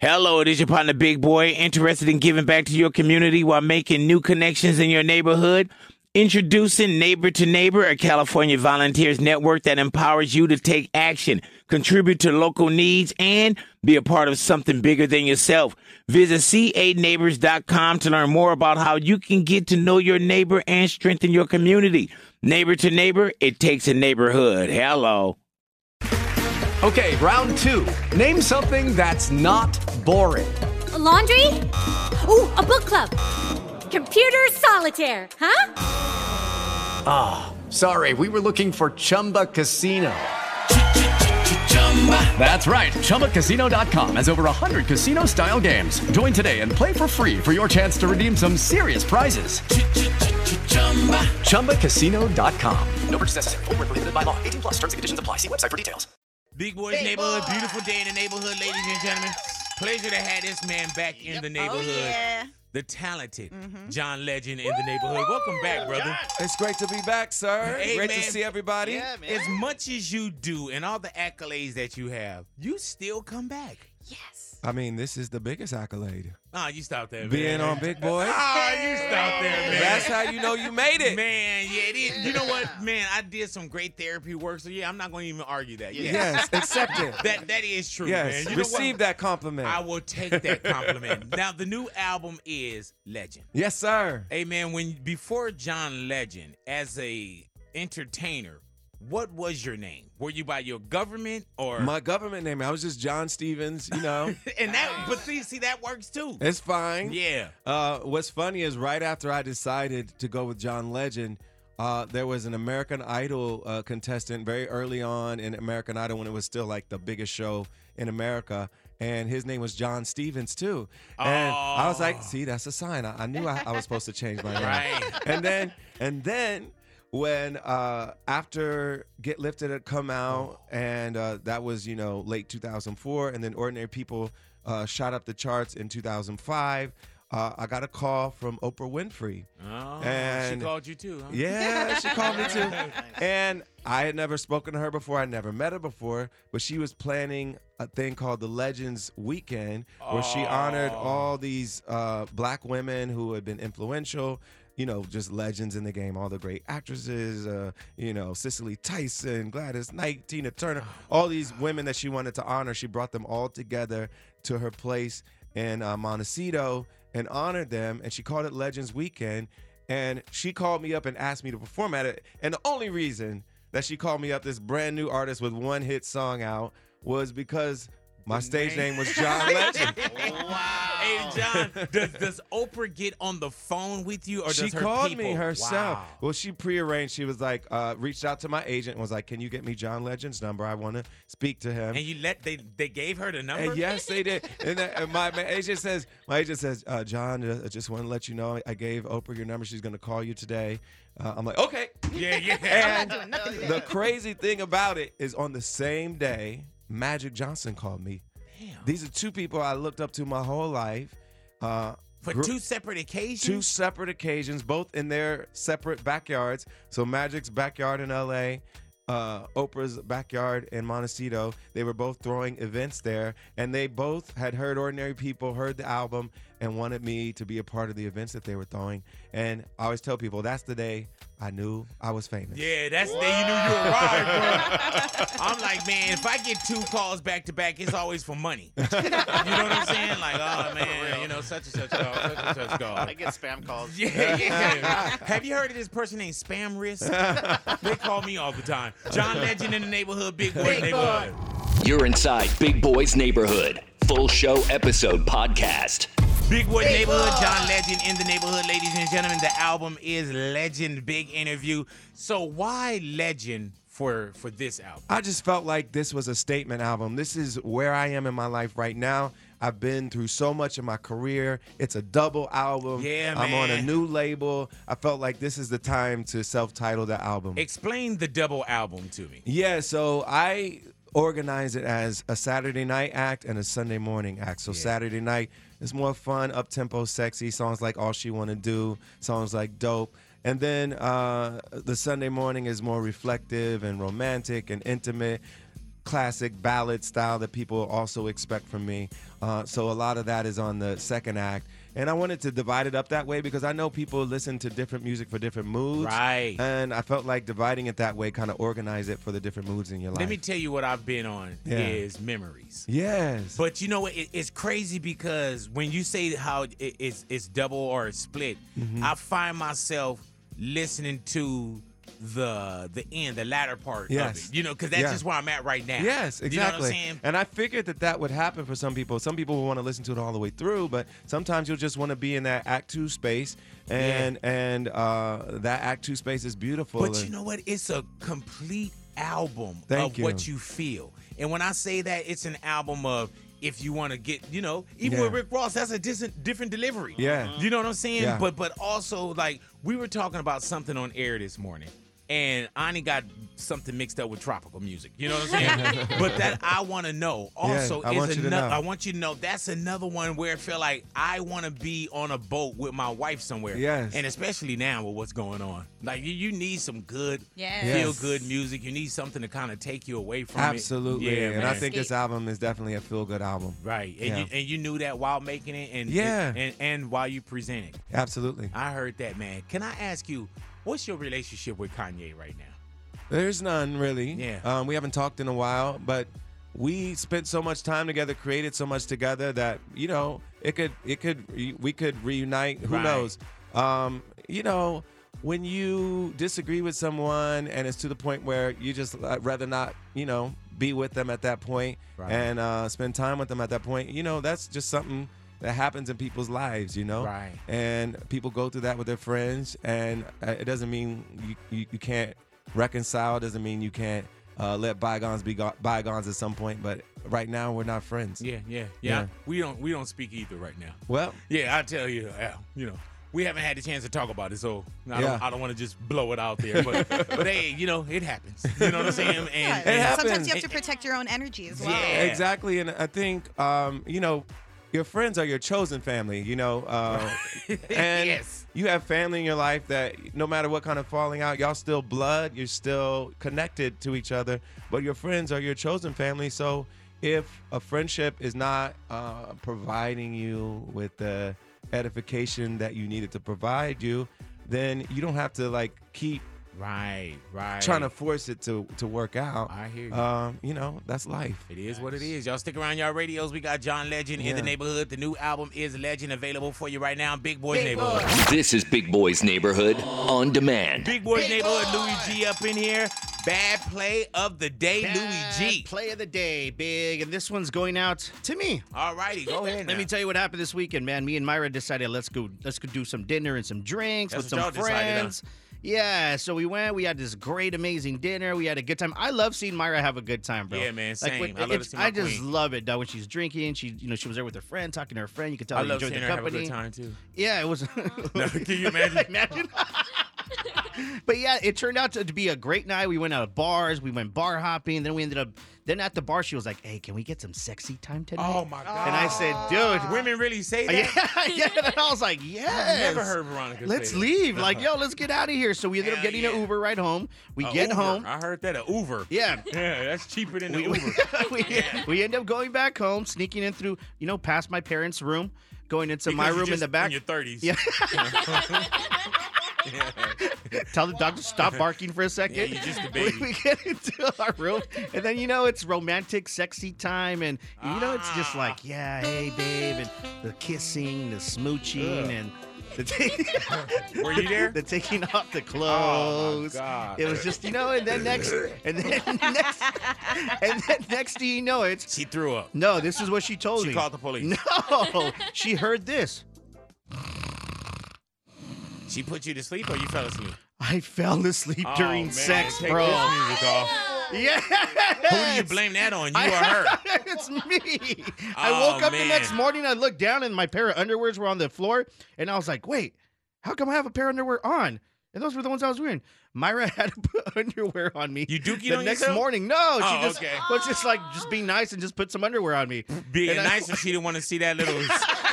[SPEAKER 2] Hello, it is your partner, Big Boy. Interested in giving back to your community while making new connections in your neighborhood? Introducing Neighbor to Neighbor, a California volunteers network that empowers you to take action, contribute to local needs, and be a part of something bigger than yourself. Visit ca-neighbors.com to learn more about how you can get to know your neighbor and strengthen your community. Neighbor to neighbor, it takes a neighborhood. Hello.
[SPEAKER 12] Okay, round two. Name something that's not boring.
[SPEAKER 14] A laundry? Ooh, a book club. Computer solitaire, huh?
[SPEAKER 12] Ah, sorry, we were looking for Chumba Casino. That's right, ChumbaCasino.com has over 100 casino style games. Join today and play for free for your chance to redeem some serious prizes. ChumbaCasino.com. No purchase necessary, forward prohibited by law, 18 plus terms and conditions apply. See website for details.
[SPEAKER 2] Big Boys Neighborhood, beautiful day in the neighborhood, ladies and gentlemen. Pleasure to have this man back in the neighborhood.
[SPEAKER 15] yeah.
[SPEAKER 2] The talented John Legend in the neighborhood. Welcome back, brother.
[SPEAKER 15] It's great to be back, sir.
[SPEAKER 2] Hey,
[SPEAKER 15] great to
[SPEAKER 2] man.
[SPEAKER 15] see everybody.
[SPEAKER 2] As much as you do and all the accolades that you have, you still come back.
[SPEAKER 15] I mean, this is the biggest accolade.
[SPEAKER 2] Ah, you stop there, man.
[SPEAKER 15] Being on Big Boy.
[SPEAKER 2] Ah, you stop there, man.
[SPEAKER 15] That's how you know you made it.
[SPEAKER 2] Man, yeah, it is. You know what, man? I did some great therapy work, so yeah, I'm not going to even argue that. Yeah.
[SPEAKER 15] Yes, accept it.
[SPEAKER 2] That, that is true,
[SPEAKER 15] yes,
[SPEAKER 2] man. You know what?
[SPEAKER 15] receive that compliment.
[SPEAKER 2] I will take that compliment. now the new album is Legend.
[SPEAKER 15] Yes, sir.
[SPEAKER 2] Hey man, when before John Legend as a entertainer, what was your name? Were you by your government or
[SPEAKER 15] My government name. I was just John Stevens, you know.
[SPEAKER 2] and that but see see that works too.
[SPEAKER 15] It's fine.
[SPEAKER 2] Yeah.
[SPEAKER 15] Uh, what's funny is right after I decided to go with John Legend, uh, there was an American Idol uh, contestant very early on in American Idol when it was still like the biggest show in America. And his name was John Stevens too, and I was like, "See, that's a sign. I, I knew I, I was supposed to change my name."
[SPEAKER 2] Right.
[SPEAKER 15] And then, and then, when uh, after Get Lifted had come out, and uh, that was you know late 2004, and then Ordinary People uh, shot up the charts in 2005. Uh, I got a call from Oprah Winfrey.
[SPEAKER 2] Oh,
[SPEAKER 15] and
[SPEAKER 2] she called you too, huh?
[SPEAKER 15] Yeah, she called me too. And I had never spoken to her before. I never met her before, but she was planning a thing called the Legends Weekend, where she honored
[SPEAKER 2] Oh.
[SPEAKER 15] all these uh, black women who had been influential. You know, just legends in the game, all the great actresses, uh, you know, Cicely Tyson, Gladys Knight, Tina Turner, all these women that she wanted to honor. She brought them all together to her place in uh, Montecito and honored them. And she called it Legends Weekend. And she called me up and asked me to perform at it. And the only reason that she called me up, this brand new artist with one hit song out, was because my stage name was John Legend.
[SPEAKER 2] Hey John, does, does Oprah get on the phone with you or
[SPEAKER 15] she
[SPEAKER 2] does her
[SPEAKER 15] called
[SPEAKER 2] people?
[SPEAKER 15] me herself.
[SPEAKER 2] Wow.
[SPEAKER 15] Well, she prearranged. She was like, uh, reached out to my agent and was like, "Can you get me John Legend's number? I want to speak to him."
[SPEAKER 2] And you let they they gave her the number?
[SPEAKER 15] And yes, they did. And, that, and my, my agent says, my agent says, uh, John, uh, I just want to let you know, I gave Oprah your number. She's going to call you today. Uh, I'm like, okay.
[SPEAKER 2] Yeah, yeah.
[SPEAKER 15] And the crazy thing about it is, on the same day, Magic Johnson called me. These are two people I looked up to my whole life. Uh,
[SPEAKER 2] For
[SPEAKER 15] gr-
[SPEAKER 2] two separate occasions?
[SPEAKER 15] Two separate occasions, both in their separate backyards. So Magic's backyard in LA, uh, Oprah's backyard in Montecito. They were both throwing events there, and they both had heard Ordinary People, heard the album, and wanted me to be a part of the events that they were throwing. And I always tell people that's the day I knew I was famous.
[SPEAKER 2] Yeah, that's the day you knew you were arrived, bro. I'm like, man, if I get two calls back to back, it's always for money. You know what I'm saying? Like, oh man, you know, such and such call, such and such call.
[SPEAKER 20] I get spam calls.
[SPEAKER 2] Yeah, yeah. Have you heard of this person named Spam Risk? they call me all the time. John Legend in the neighborhood, big boy
[SPEAKER 20] Big boy.
[SPEAKER 2] neighborhood.
[SPEAKER 1] You're inside Big Boy's Neighborhood, full show episode podcast.
[SPEAKER 2] Big Boy Neighborhood, John Legend in the neighborhood, ladies and gentlemen. The album is Legend, big interview. So why Legend for for this album?
[SPEAKER 15] I just felt like this was a statement album. This is where I am in my life right now. I've been through so much in my career. It's a double album.
[SPEAKER 2] Yeah,
[SPEAKER 15] I'm on a
[SPEAKER 2] man.
[SPEAKER 15] new label. I felt like this is the time to self-title the album.
[SPEAKER 2] Explain the double album to me.
[SPEAKER 15] Yeah, so I organize it as a Saturday night act and a Sunday morning act. So Saturday night is more fun, up tempo, sexy songs like "All She Wanna Do," songs like "Dope," and then uh, the Sunday morning is more reflective and romantic and intimate. Classic ballad style that people also expect from me. Uh, so, a lot of that is on the second act. And I wanted to divide it up that way because I know people listen to different music for different moods.
[SPEAKER 2] Right.
[SPEAKER 15] And I felt like dividing it that way kind of organize it for the different moods in your life.
[SPEAKER 2] Let me tell you what I've been on
[SPEAKER 15] Yeah.
[SPEAKER 2] is memories.
[SPEAKER 15] Yes.
[SPEAKER 2] But you know what? It, it's crazy because when you say how it, it's it's double or it's split,
[SPEAKER 15] Mhm.
[SPEAKER 2] I find myself listening to the the end, the latter part
[SPEAKER 15] Yes.
[SPEAKER 2] of it. You know, because that's
[SPEAKER 15] Yeah.
[SPEAKER 2] just where I'm at right now.
[SPEAKER 15] Yes,
[SPEAKER 2] You know what I'm
[SPEAKER 15] exactly.
[SPEAKER 2] saying?
[SPEAKER 15] and I figured that that would happen for some people. Some people will want to listen to it all the way through, but sometimes you'll just want to be in that Act Two space, and and uh, that Act Two space is beautiful.
[SPEAKER 2] But you
[SPEAKER 15] and-
[SPEAKER 2] know what? It's a complete album
[SPEAKER 15] Thank
[SPEAKER 2] of
[SPEAKER 15] you.
[SPEAKER 2] what you feel. And when I say that, it's an album of if you want to get, you know, even with
[SPEAKER 15] Yeah.
[SPEAKER 2] Rick Ross, that's a different different delivery.
[SPEAKER 15] Yeah.
[SPEAKER 2] You know what I'm saying?
[SPEAKER 15] Yeah.
[SPEAKER 2] But but also like we were talking about something on air this morning. And Ani got something mixed up with tropical music. You know what I'm saying? but that I want to know
[SPEAKER 15] Yeah,
[SPEAKER 2] also
[SPEAKER 15] I
[SPEAKER 2] is
[SPEAKER 15] want you to
[SPEAKER 2] ano-
[SPEAKER 15] know.
[SPEAKER 2] I want you to know that's another one where I feel like I want to be on a boat with my wife somewhere.
[SPEAKER 15] Yes.
[SPEAKER 2] And especially now with what's going on. Like you, you need some good
[SPEAKER 15] Yes.
[SPEAKER 2] feel
[SPEAKER 15] Yes.
[SPEAKER 2] good music. You need something to kind of take you away from
[SPEAKER 15] absolutely.
[SPEAKER 2] it. Yeah,
[SPEAKER 15] and
[SPEAKER 2] man.
[SPEAKER 15] I think this album is definitely a feel good album.
[SPEAKER 2] Right. And,
[SPEAKER 15] Yeah.
[SPEAKER 2] you, and you knew that while making it and
[SPEAKER 15] Yeah.
[SPEAKER 2] and, and, while you present it.
[SPEAKER 15] absolutely.
[SPEAKER 2] I heard that, man. Can I ask you, what's your relationship with Kanye right now?
[SPEAKER 15] There's none really. Yeah. Um, we haven't talked in a while, but we spent so much time together, created so much together that you know it could it could we could reunite. Who
[SPEAKER 2] Right.
[SPEAKER 15] knows? Um, you know when you disagree with someone and it's to the point where you just uh, rather not you know be with them at that point
[SPEAKER 2] Right.
[SPEAKER 15] and uh, spend time with them at that point. You know that's just something that happens in people's lives. You know.
[SPEAKER 2] Right.
[SPEAKER 15] And people go through that with their friends, and uh, it doesn't mean you, you, you can't reconcile. It doesn't mean you can't uh, let bygones be go- bygones at some point. But right now, we're not friends.
[SPEAKER 2] Yeah, yeah, yeah. We don't we don't speak either right now.
[SPEAKER 15] Well-
[SPEAKER 2] yeah, I tell you, uh, you know, we haven't had the chance to talk about it, so I
[SPEAKER 15] Yeah.
[SPEAKER 2] don't, I don't want to just blow it out there. But but hey, you know, it happens. You know what I'm saying? And, and-
[SPEAKER 4] Sometimes you have
[SPEAKER 2] and-
[SPEAKER 4] to protect your own energy as well.
[SPEAKER 2] Yeah.
[SPEAKER 15] Exactly. And I think, um, you know, your friends are your chosen family, you know. Uh, and you have family in your life that no matter what kind of falling out, y'all still blood, you're still connected to each other, but your friends are your chosen family. So if a friendship is not uh, providing you with the edification that you needed to provide you, then you don't have to like keep
[SPEAKER 2] right, right.
[SPEAKER 15] trying to force it to to work out.
[SPEAKER 2] I hear you.
[SPEAKER 15] Um, you know, that's life.
[SPEAKER 2] It is what it is. Y'all stick around y'all radios. We got John Legend in the
[SPEAKER 15] Yeah.
[SPEAKER 2] neighborhood. The new album is Legend available for you right now. Big Boy's Neighborhood.
[SPEAKER 1] This is Big Boy's Neighborhood on demand.
[SPEAKER 2] Big Boy's Neighborhood. Louis G up in here. Bad play of the day, Louis G.
[SPEAKER 3] Play of the day, big, and this one's going out to me.
[SPEAKER 2] All righty, go ahead.
[SPEAKER 3] Let me tell you what happened this weekend, man. Me and Myra decided let's go, let's go do some dinner and some drinks
[SPEAKER 2] That's
[SPEAKER 3] with
[SPEAKER 2] what
[SPEAKER 3] some
[SPEAKER 2] y'all decided, huh?
[SPEAKER 3] friends. Yeah, so we went. We had this great, amazing dinner. We had a good time. I love seeing Myra have a good time, bro.
[SPEAKER 2] Yeah, man,
[SPEAKER 3] Like,
[SPEAKER 2] same.
[SPEAKER 3] when-
[SPEAKER 2] I love
[SPEAKER 3] it's-
[SPEAKER 2] to see my
[SPEAKER 3] I just
[SPEAKER 2] queen.
[SPEAKER 3] love it, dog. When she's drinking, she, you know, she was there with her friend, talking to her friend. You could tell
[SPEAKER 2] I
[SPEAKER 3] they
[SPEAKER 2] love
[SPEAKER 3] enjoyed
[SPEAKER 2] seeing
[SPEAKER 3] the
[SPEAKER 2] her have a
[SPEAKER 3] company.
[SPEAKER 2] good time too.
[SPEAKER 3] Yeah, it was.
[SPEAKER 2] Can you imagine?
[SPEAKER 3] Imagine. But yeah, it turned out to, to be a great night. We went out to bars, we went bar hopping, then we ended up. Then at the bar, she was like, "Hey, can we get some sexy time tonight?"
[SPEAKER 2] Oh my god!
[SPEAKER 3] And I said, "Dude, Oh,
[SPEAKER 2] women really say that."
[SPEAKER 3] Yeah, yeah. And I was like, "Yes."
[SPEAKER 2] never heard Veronica say
[SPEAKER 3] Let's
[SPEAKER 2] that.
[SPEAKER 3] leave. Like, yo, let's get out of here. So we ended up getting an Uber ride home. We
[SPEAKER 2] A
[SPEAKER 3] get
[SPEAKER 2] Uber.
[SPEAKER 3] home.
[SPEAKER 2] I heard that a Uber.
[SPEAKER 3] Yeah.
[SPEAKER 2] yeah, that's cheaper than the
[SPEAKER 3] We-
[SPEAKER 2] Uber.
[SPEAKER 3] we- we, we end up going back home, sneaking in through, you know, past my parents' room, going into
[SPEAKER 2] Because
[SPEAKER 3] my
[SPEAKER 2] you're
[SPEAKER 3] room in
[SPEAKER 2] just
[SPEAKER 3] the back.
[SPEAKER 2] In your thirties.
[SPEAKER 3] Yeah. Tell the dog to stop barking for a second.
[SPEAKER 2] Yeah, you're just a baby.
[SPEAKER 3] We, we get into our room, and then you know it's romantic, sexy time, and you know it's
[SPEAKER 2] Ah.
[SPEAKER 3] just like, yeah, hey babe, and the kissing, the smooching,
[SPEAKER 2] Ugh.
[SPEAKER 3] and the taking.
[SPEAKER 2] Were you there?
[SPEAKER 3] The taking off the
[SPEAKER 2] Oh, my
[SPEAKER 3] clothes.
[SPEAKER 2] God.
[SPEAKER 3] It was just you know, and then next, and then next, and then next thing you know, it's
[SPEAKER 2] she threw up.
[SPEAKER 3] No, this is what she told me.
[SPEAKER 2] She called the police.
[SPEAKER 3] No, she heard this.
[SPEAKER 2] She put you to sleep or you fell asleep?
[SPEAKER 3] I fell asleep
[SPEAKER 2] Oh,
[SPEAKER 3] during
[SPEAKER 2] man,
[SPEAKER 3] sex,
[SPEAKER 2] take
[SPEAKER 3] bro.
[SPEAKER 2] this music off.
[SPEAKER 3] Yeah.
[SPEAKER 2] Who do you blame that on? You or her?
[SPEAKER 3] it's me. I
[SPEAKER 2] Oh,
[SPEAKER 3] woke up
[SPEAKER 2] man.
[SPEAKER 3] the next morning. I looked down, and my pair of underwears were on the floor. And I was like, "Wait, how come I have a pair of underwear on?" And those were the ones I was wearing. Myra had to put underwear on me. You
[SPEAKER 2] dookie
[SPEAKER 3] the
[SPEAKER 2] on
[SPEAKER 3] next
[SPEAKER 2] yourself?
[SPEAKER 3] morning. No, she
[SPEAKER 2] Oh,
[SPEAKER 3] just
[SPEAKER 2] okay.
[SPEAKER 3] was just like just being nice and just put some underwear on me.
[SPEAKER 2] Being
[SPEAKER 3] And I-
[SPEAKER 2] nice, and she didn't want to see that little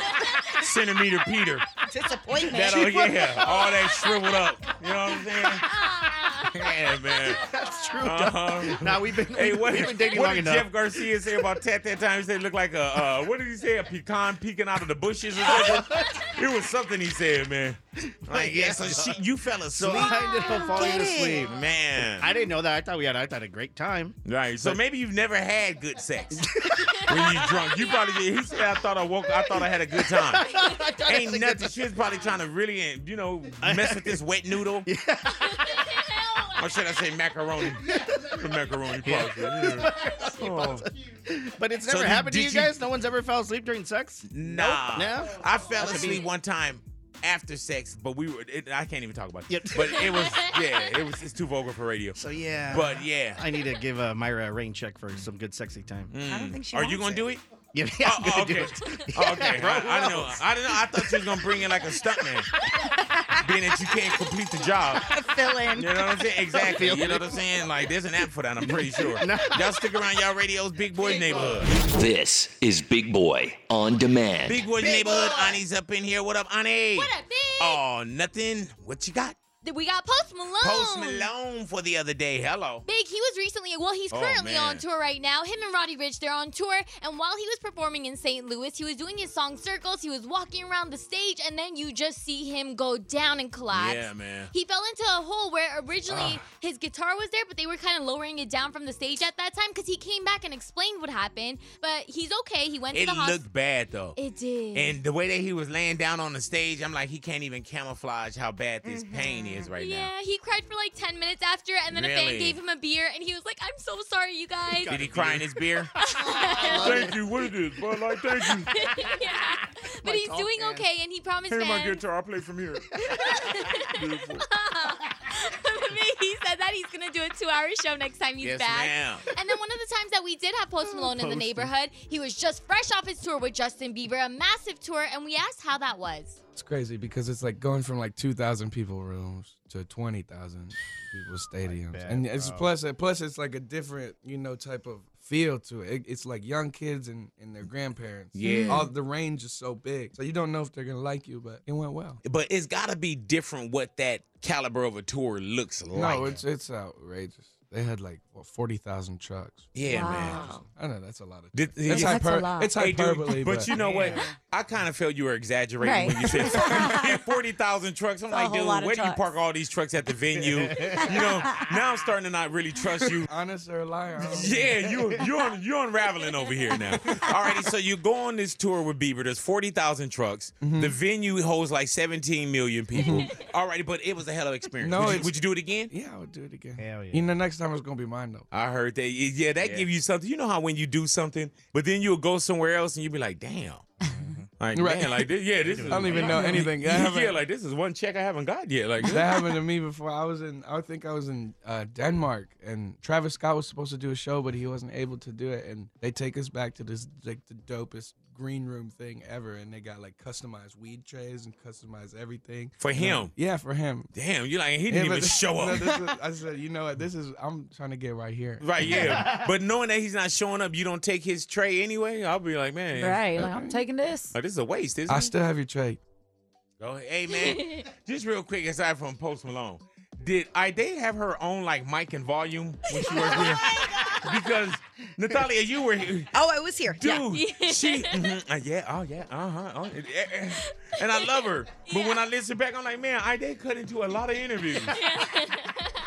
[SPEAKER 2] centimeter Peter.
[SPEAKER 4] Disappointment.
[SPEAKER 2] That oh yeah, all that shriveled up. You know what I'm saying? Yeah, man.
[SPEAKER 3] That's true.
[SPEAKER 2] Uh-huh.
[SPEAKER 3] Now we've been
[SPEAKER 2] Hey,
[SPEAKER 3] we've,
[SPEAKER 2] what,
[SPEAKER 3] we've been dating
[SPEAKER 2] what
[SPEAKER 3] long
[SPEAKER 2] did
[SPEAKER 3] enough.
[SPEAKER 2] Jeff Garcia say about Tat that time? He said it looked like a uh, what did he say? A pecan peeking out of the bushes or something. it was something he said, man. Like yeah, so she, you fell
[SPEAKER 3] so
[SPEAKER 2] asleep.
[SPEAKER 3] I ended up falling asleep.
[SPEAKER 2] man.
[SPEAKER 3] I didn't know that. I thought we had I thought a great time.
[SPEAKER 2] Right. So maybe you've never had good sex when you're drunk. You probably did. He said, "I thought I woke. I thought I had a good time." Ain't nothing. She was probably trying to really, you know, mess with this wet noodle. or should I say macaroni? macaroni pasta. yeah. Oh.
[SPEAKER 3] But it's
[SPEAKER 2] So
[SPEAKER 3] never
[SPEAKER 2] you-
[SPEAKER 3] happened to
[SPEAKER 2] did
[SPEAKER 3] you
[SPEAKER 2] you-
[SPEAKER 3] guys. No one's ever fell asleep during sex.
[SPEAKER 2] Nah.
[SPEAKER 3] Nope. No.
[SPEAKER 2] I fell
[SPEAKER 3] That could
[SPEAKER 2] asleep
[SPEAKER 3] be-
[SPEAKER 2] one time after sex, but we were. It, I can't even talk about it. But it was. Yeah. It was. It's too vulgar for radio.
[SPEAKER 3] So yeah.
[SPEAKER 2] But yeah.
[SPEAKER 3] I need to give uh, Myra a rain check for some good sexy time.
[SPEAKER 2] I don't think she Mm. Are you gonna do it?
[SPEAKER 3] Yeah, yeah, I'm
[SPEAKER 2] Oh,
[SPEAKER 3] gonna do
[SPEAKER 2] okay.
[SPEAKER 3] it.
[SPEAKER 2] Oh, okay.
[SPEAKER 3] Yeah, bro,
[SPEAKER 2] I, I
[SPEAKER 3] who
[SPEAKER 2] don't know.
[SPEAKER 3] else?
[SPEAKER 2] I don't know. I thought you was gonna bring in like a stuntman, being that you can't complete the job.
[SPEAKER 4] Fill in.
[SPEAKER 2] You know what I'm saying? Exactly.
[SPEAKER 4] Fill
[SPEAKER 2] You know
[SPEAKER 4] in.
[SPEAKER 2] what I'm saying? Like, there's an app for that. I'm pretty sure. Y'all stick around. Y'all radios, Big Boy Neighborhood.
[SPEAKER 1] This is Big Boy on demand.
[SPEAKER 2] Big Boy Neighborhood. Ani's up in here. What up, Ani? What up, Big? Oh, nothing. What you got?
[SPEAKER 5] Th- We got Post Malone.
[SPEAKER 2] Post Malone for the other day. Hello.
[SPEAKER 5] Big, he was recently, well, he's
[SPEAKER 2] Oh,
[SPEAKER 5] currently
[SPEAKER 2] man.
[SPEAKER 5] on tour right now. Him and Roddy Rich, they're on tour. And while he was performing in St. Louis, he was doing his song circles. He was walking around the stage, and then you just see him go down and collapse.
[SPEAKER 2] Yeah, man.
[SPEAKER 5] He fell into a hole where originally
[SPEAKER 2] Ah.
[SPEAKER 5] his guitar was there, but they were kind of lowering it down from the stage at that time because he came back and explained what happened. But he's okay. He went
[SPEAKER 2] It
[SPEAKER 5] to the hospital.
[SPEAKER 2] looked bad though.
[SPEAKER 5] It did.
[SPEAKER 2] And the way that he was laying down on the stage, I'm like, he can't even camouflage how bad this
[SPEAKER 20] Mm-hmm.
[SPEAKER 2] pain is right now.
[SPEAKER 5] yeah, he cried for like 10 minutes after, and then a
[SPEAKER 2] Really?
[SPEAKER 5] fan gave him a beer, and he was like, I'm so sorry, you guys.
[SPEAKER 2] Did he cry in his beer?
[SPEAKER 5] thank
[SPEAKER 2] you. What is this? But like, thank you.
[SPEAKER 5] yeah. But he's
[SPEAKER 2] tall
[SPEAKER 5] doing
[SPEAKER 2] fan.
[SPEAKER 5] okay, and he promised fans.
[SPEAKER 2] I play from here.
[SPEAKER 5] he said that he's gonna do a two-hour show next time he's
[SPEAKER 2] Yes,
[SPEAKER 5] back.
[SPEAKER 2] ma'am.
[SPEAKER 5] And then one of the times that we did have Post Malone in the
[SPEAKER 2] Posty.
[SPEAKER 5] neighborhood, he was just fresh off his tour with Justin Bieber, a massive tour, and we asked how that was.
[SPEAKER 20] It's crazy because it's like going from like two thousand people rooms to twenty thousand people stadiums,
[SPEAKER 18] that,
[SPEAKER 20] and it's
[SPEAKER 18] bro.
[SPEAKER 20] plus plus it's like a different you know type of feel to it. It- It's like young kids and, and their grandparents.
[SPEAKER 2] Yeah.
[SPEAKER 20] all the range is so big, so you don't know if they're gonna like you, but it went well.
[SPEAKER 2] But it's got to be different what that caliber of a tour looks like.
[SPEAKER 20] No, it's it's outrageous. They had like what forty thousand trucks.
[SPEAKER 2] Yeah, man.
[SPEAKER 20] I know that's a lot of.
[SPEAKER 2] Did-
[SPEAKER 20] trucks. That's,
[SPEAKER 2] yeah.
[SPEAKER 20] hyper- It's
[SPEAKER 2] Hey, dude,
[SPEAKER 20] hyperbole,
[SPEAKER 2] but, you know what? I kind of felt you were exaggerating when you said forty thousand trucks. I'm
[SPEAKER 20] It's a
[SPEAKER 2] like,
[SPEAKER 20] whole
[SPEAKER 2] dude,
[SPEAKER 20] lot of
[SPEAKER 2] where do you
[SPEAKER 20] trucks.
[SPEAKER 2] park all these trucks at the venue? you know, now I'm starting to not really trust you.
[SPEAKER 20] Honest or a liar? I don't know.
[SPEAKER 2] Yeah, you you un, you unraveling over here now. Alrighty, so you go on this tour with Bieber. There's forty thousand trucks.
[SPEAKER 20] Mm-hmm.
[SPEAKER 2] The venue holds like seventeen million people. Alrighty, but it was a hell of an experience.
[SPEAKER 20] No,
[SPEAKER 2] would, you,
[SPEAKER 20] it's-
[SPEAKER 2] would you do it again?
[SPEAKER 20] Yeah, I would do it again.
[SPEAKER 3] Hell yeah.
[SPEAKER 20] You know, next time it's gonna be mine though.
[SPEAKER 2] I heard that. Yeah, that give you something. You know how when you do something, but then you'll go somewhere else and you'll be like, damn. Like,
[SPEAKER 20] Mm-hmm. Right.
[SPEAKER 2] man, like this, yeah, this
[SPEAKER 20] I
[SPEAKER 2] is.
[SPEAKER 20] don't even know anything. I haven't-
[SPEAKER 2] yeah, like this is one check I haven't got yet. Like
[SPEAKER 20] that happened to me before. I was in, I think I was in uh, Denmark, and Travis Scott was supposed to do a show, but he wasn't able to do it. And they take us back to this like the dopest green room thing ever, and they got like customized weed trays and customized everything
[SPEAKER 2] For
[SPEAKER 20] And I'm-
[SPEAKER 2] him?
[SPEAKER 20] Yeah, for him.
[SPEAKER 2] Damn, you like, he didn't even
[SPEAKER 20] but-
[SPEAKER 2] show up.
[SPEAKER 20] no, this is- I said, you know what? This is I'm trying to get right here.
[SPEAKER 2] Right, yeah. but knowing that he's not showing up, you don't take his tray anyway. I'll be like, man,
[SPEAKER 9] Right. Like, I'm taking this.
[SPEAKER 2] Oh, this is a waste, isn't
[SPEAKER 20] I
[SPEAKER 2] it?
[SPEAKER 20] still have your tray.
[SPEAKER 2] Go ahead. Hey man, just real quick, aside from Post Malone, did I they have her own like mic and volume when she was here? because Natalia, you were here.
[SPEAKER 4] Oh, I was here.
[SPEAKER 2] Dude,
[SPEAKER 4] yeah.
[SPEAKER 2] she, mhm, uh, yeah, oh yeah, uh huh, oh, eh, eh, eh. and I love her. But when I listen back, I'm like, man, I did cut into a lot of interviews.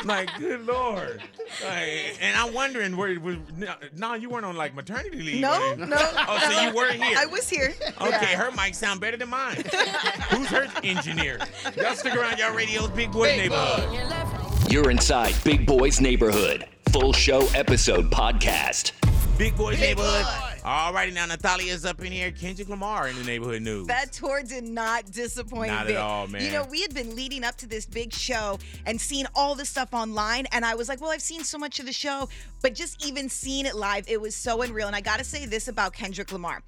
[SPEAKER 2] like, good lord. Like, and I'm wondering where it was. No, no, you weren't on like maternity leave.
[SPEAKER 4] No,
[SPEAKER 2] were
[SPEAKER 4] no.
[SPEAKER 2] you? Oh, so you were here.
[SPEAKER 4] I was here.
[SPEAKER 2] Okay,
[SPEAKER 4] Yeah.
[SPEAKER 2] her mic sound better than mine. Who's her engineer? Y'all stick around, y'all radios, big boy neighborhood.
[SPEAKER 1] You're inside Big Boy's Neighborhood. Full show episode podcast.
[SPEAKER 2] Big boy's neighborhood. All righty, now Natalia's up in here. Kendrick Lamar in the neighborhood news.
[SPEAKER 4] That tour did not disappoint.
[SPEAKER 2] Not at
[SPEAKER 4] Vic.
[SPEAKER 2] all,
[SPEAKER 4] You
[SPEAKER 2] man.
[SPEAKER 4] know, we had been leading up to this big show and seeing all this stuff online, and I was like, "Well, I've seen so much of the show, but just even seeing it live, it was so unreal." And I got to say this about Kendrick Lamar: